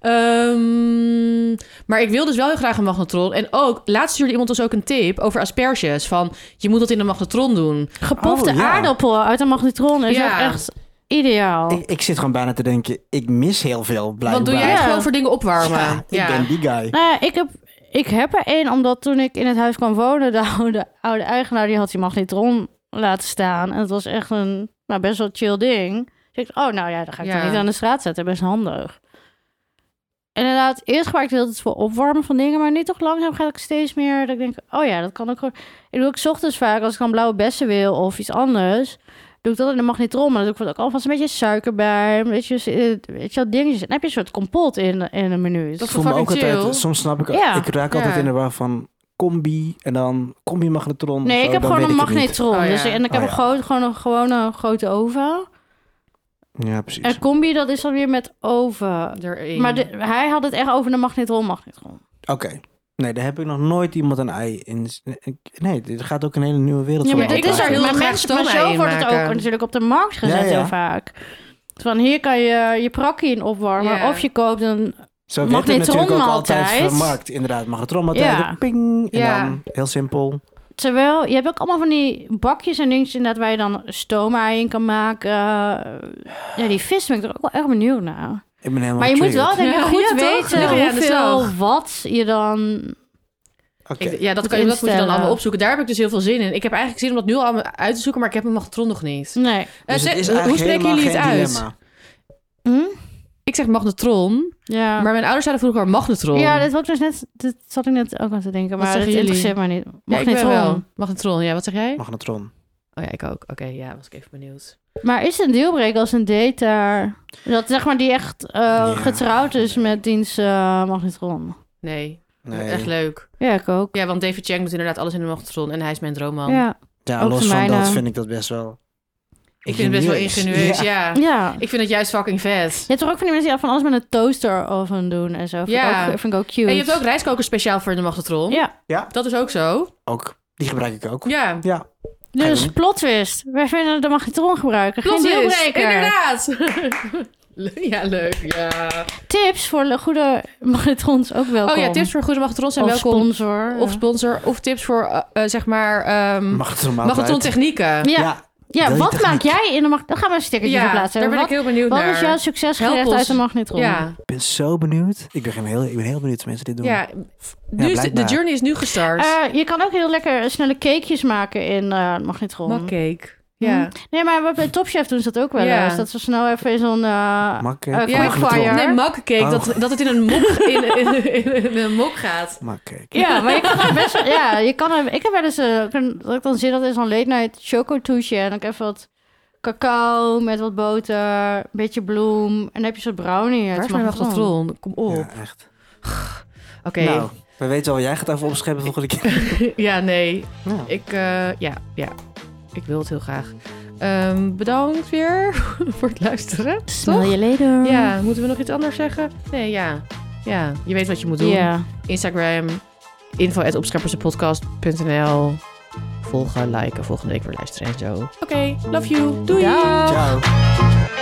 Ehm, maar ik wil dus wel heel graag een magnetron. En ook, laatst stuurde iemand ons ook een tip over asperges. Van, je moet dat in een magnetron doen.
Gepofte
Oh, ja.
aardappel uit een magnetron is
Ja.
ook echt ideaal.
ik, ik zit gewoon bijna te denken, ik mis heel veel blijkbaar.
Want doe jij
Ja.
gewoon voor dingen opwarmen.
Ja, ik ben die guy.
Nou, ja, ik heb, ik heb er één, omdat toen ik in het huis kwam wonen, de oude, oude eigenaar die had die magnetron laten staan. En het was echt een nou, best wel chill ding. Dus ik dacht, oh, nou ja, dan ga ik
Ja.
dan niet aan de straat zetten. Best handig. En Inderdaad, eerst gebruikte ik het voor opwarmen van dingen, maar niet toch langzaam ga ik steeds meer. Dat ik denk, oh ja, dat kan ook gewoon. Ik doe ook 's ochtends vaak als ik dan blauwe bessen wil of iets anders. Doe ik dat in de magnetron, maar dan doe ik er ook alvast een beetje suiker bij. Een beetje, eh, weet je, wat dingetjes. Dan heb je een soort compot in, in Dus een minuut.
Dat
Ik
is
voel me ook
fucking chill.
altijd, soms snap ik,
Ja.
ik raak altijd
Ja.
in de war van combi en dan combi magnetron.
Nee,
of
ik
zo,
heb
dan
gewoon een
weet ik het
magnetron.
Oh, ja.
dus, en
Oh,
ik heb een
ja.
groot, gewoon een gewone grote oven.
niet. Ja, precies.
En combi, dat is dan weer met oven.
Erin.
Maar de- hij had het echt over de magnetron, magnetron.
Oké. Nee, daar heb ik nog nooit iemand een ei in. ik- Nee, dit gaat ook een hele nieuwe wereld
Ja,
voor
maar
me
dit is
daar
er
open.
heel
maar
graag
mensen, maar
stoomei
zo
in
wordt het
maken.
ook natuurlijk op de markt gezet
Ja, ja.
heel vaak. Dus Van hier kan je je prakkie in opwarmen.
Ja.
Of je koopt een...
Zo werd het
magnetron
natuurlijk ook altijd
altijd.
vermarkt. Inderdaad, magnetron altijd.
Ja.
Ping. En
Ja.
dan, heel simpel.
Terwijl, je hebt ook allemaal van die bakjes en dingetjes inderdaad... waar je dan stoomei in kan maken. Ja, die vis ben ik er ook wel echt benieuwd naar.
Ik ben helemaal
Maar je moet wel denk ik,
Ja,
goed
ja, toch?
weten
Dan ga je aan de
hoeveel
slag.
wat je dan...
Oké.
Ik-
Moet
ja, dat, kan, je- dat moet je dan
instellen.
allemaal opzoeken. Daar heb ik dus heel veel zin in. Ik heb eigenlijk zin om dat nu allemaal uit te zoeken, maar ik heb een magnetron nog niet.
Nee.
Eh,
Dus
zeg-
het is
hoe
eigenlijk
spreken
helemaal
jullie het
geen
uit?
dilemma.
Hm?
Ik zeg magnetron,
Ja.
maar mijn ouders zeiden vroeger magnetron.
Ah. ja, dit was dus net, dit zat ik net ook aan te denken,
Wat
maar
zeggen
dat
jullie?
interesseert mij niet.
Ja, ik ben
Magnetron.
wel. Magnetron, ja, wat zeg jij?
Magnetron.
Oh ja, ik ook. Oké, ja, was ik even benieuwd.
Maar is het een dealbreaker als een date daar dat zeg maar die echt eh, getrouwd is met diens eh, magnetron?
Nee,
Nee.
echt leuk.
Ja, ik ook.
Ja, want David Chang doet inderdaad alles in de magnetron en hij is mijn droomman.
Ja.
Ja,
Ook
los
voor
van
mij,
dat
eh,
vind ik dat best wel.
Ik vind het best wel ingenieus, ja.
ja.
Ik vind het juist fucking vet.
Je hebt toch ook van die mensen die van alles met een toaster oven doen en zo. Vind
Ja.
Ik ook, vind ik ook cute.
En je hebt ook rijstkokers speciaal voor in de magnetron.
Ja.
Ja.
Dat is ook zo.
Ook. Die gebruik ik ook.
Ja.
Ja.
Dus
Geen-
plot twist. Wij vinden de magnetron gebruiken geen dus.
Plot twist,
dealbreaker.
Inderdaad. ja, leuk. Ja.
tips voor le- goede marathons ook welkom.
Oh ja, tips voor goede magnetron zijn
of
welkom.
sponsor.
Of sponsor. Of tips voor, eh, eh, zeg maar, ehm
Magnetron altijd.
magnetron technieken.
ja.
Ja.
Ja.
Wil
Ja,
je
wat
tegelijk-
maak jij in de magnetron? Dan gaan we een stickertje
Ja,
verplaatsen.
daar ben ik
Wat,
heel benieuwd
wat
naar.
is jouw succesgerecht
Help
uit de
ons.
magnetron?
Ja,
Ik ben zo benieuwd. Ik ben, heel, ik ben heel benieuwd hoe mensen dit doen.
ja. Nu is de, de
blijkbaar.
journey is nu gestart.
Eh, je kan ook heel lekker snelle cakejes maken in eh magnetron. Mm.
Makcake. Ja.
Nee, maar wat bij Top Chef doen ze dat ook wel
Ja.
eens. Dat ze snel even in zo'n... eh,
Makke.
Eh,
Ja,
Quickfire.
Nee, makcake.
Oh.
Dat, dat het in een mok, in, in, in een mok gaat.
Makke.
Ja, maar je kan er best wel... Ja, je kan er, ik heb wel eens... eh, ook een- dat ik dan zin had in zo'n late night choco toetje. En dan heb ik even wat cacao met wat boter, een beetje bloem. En dan heb je zo'n brownie. uit
Waar is
de
mijn
magnetron.
magnetron? Kom op.
Ja, echt.
Oké.
Nou, we weten al, waar jij gaat over opscheppen volgende keer.
Ja, nee.
Nou,
Ik, eh, ja, ja. Ik wil het heel graag. Ehm, bedankt weer voor het luisteren.
Smell je later.
Ja, moeten we nog iets anders zeggen? Nee, ja. Ja, je weet wat je moet doen.
Ja.
Instagram, info.opscheppersenpodcast.nl Volgen, liken, volgende week weer luisteren en zo. Oké, love you. Doei!
Dag.
ciao.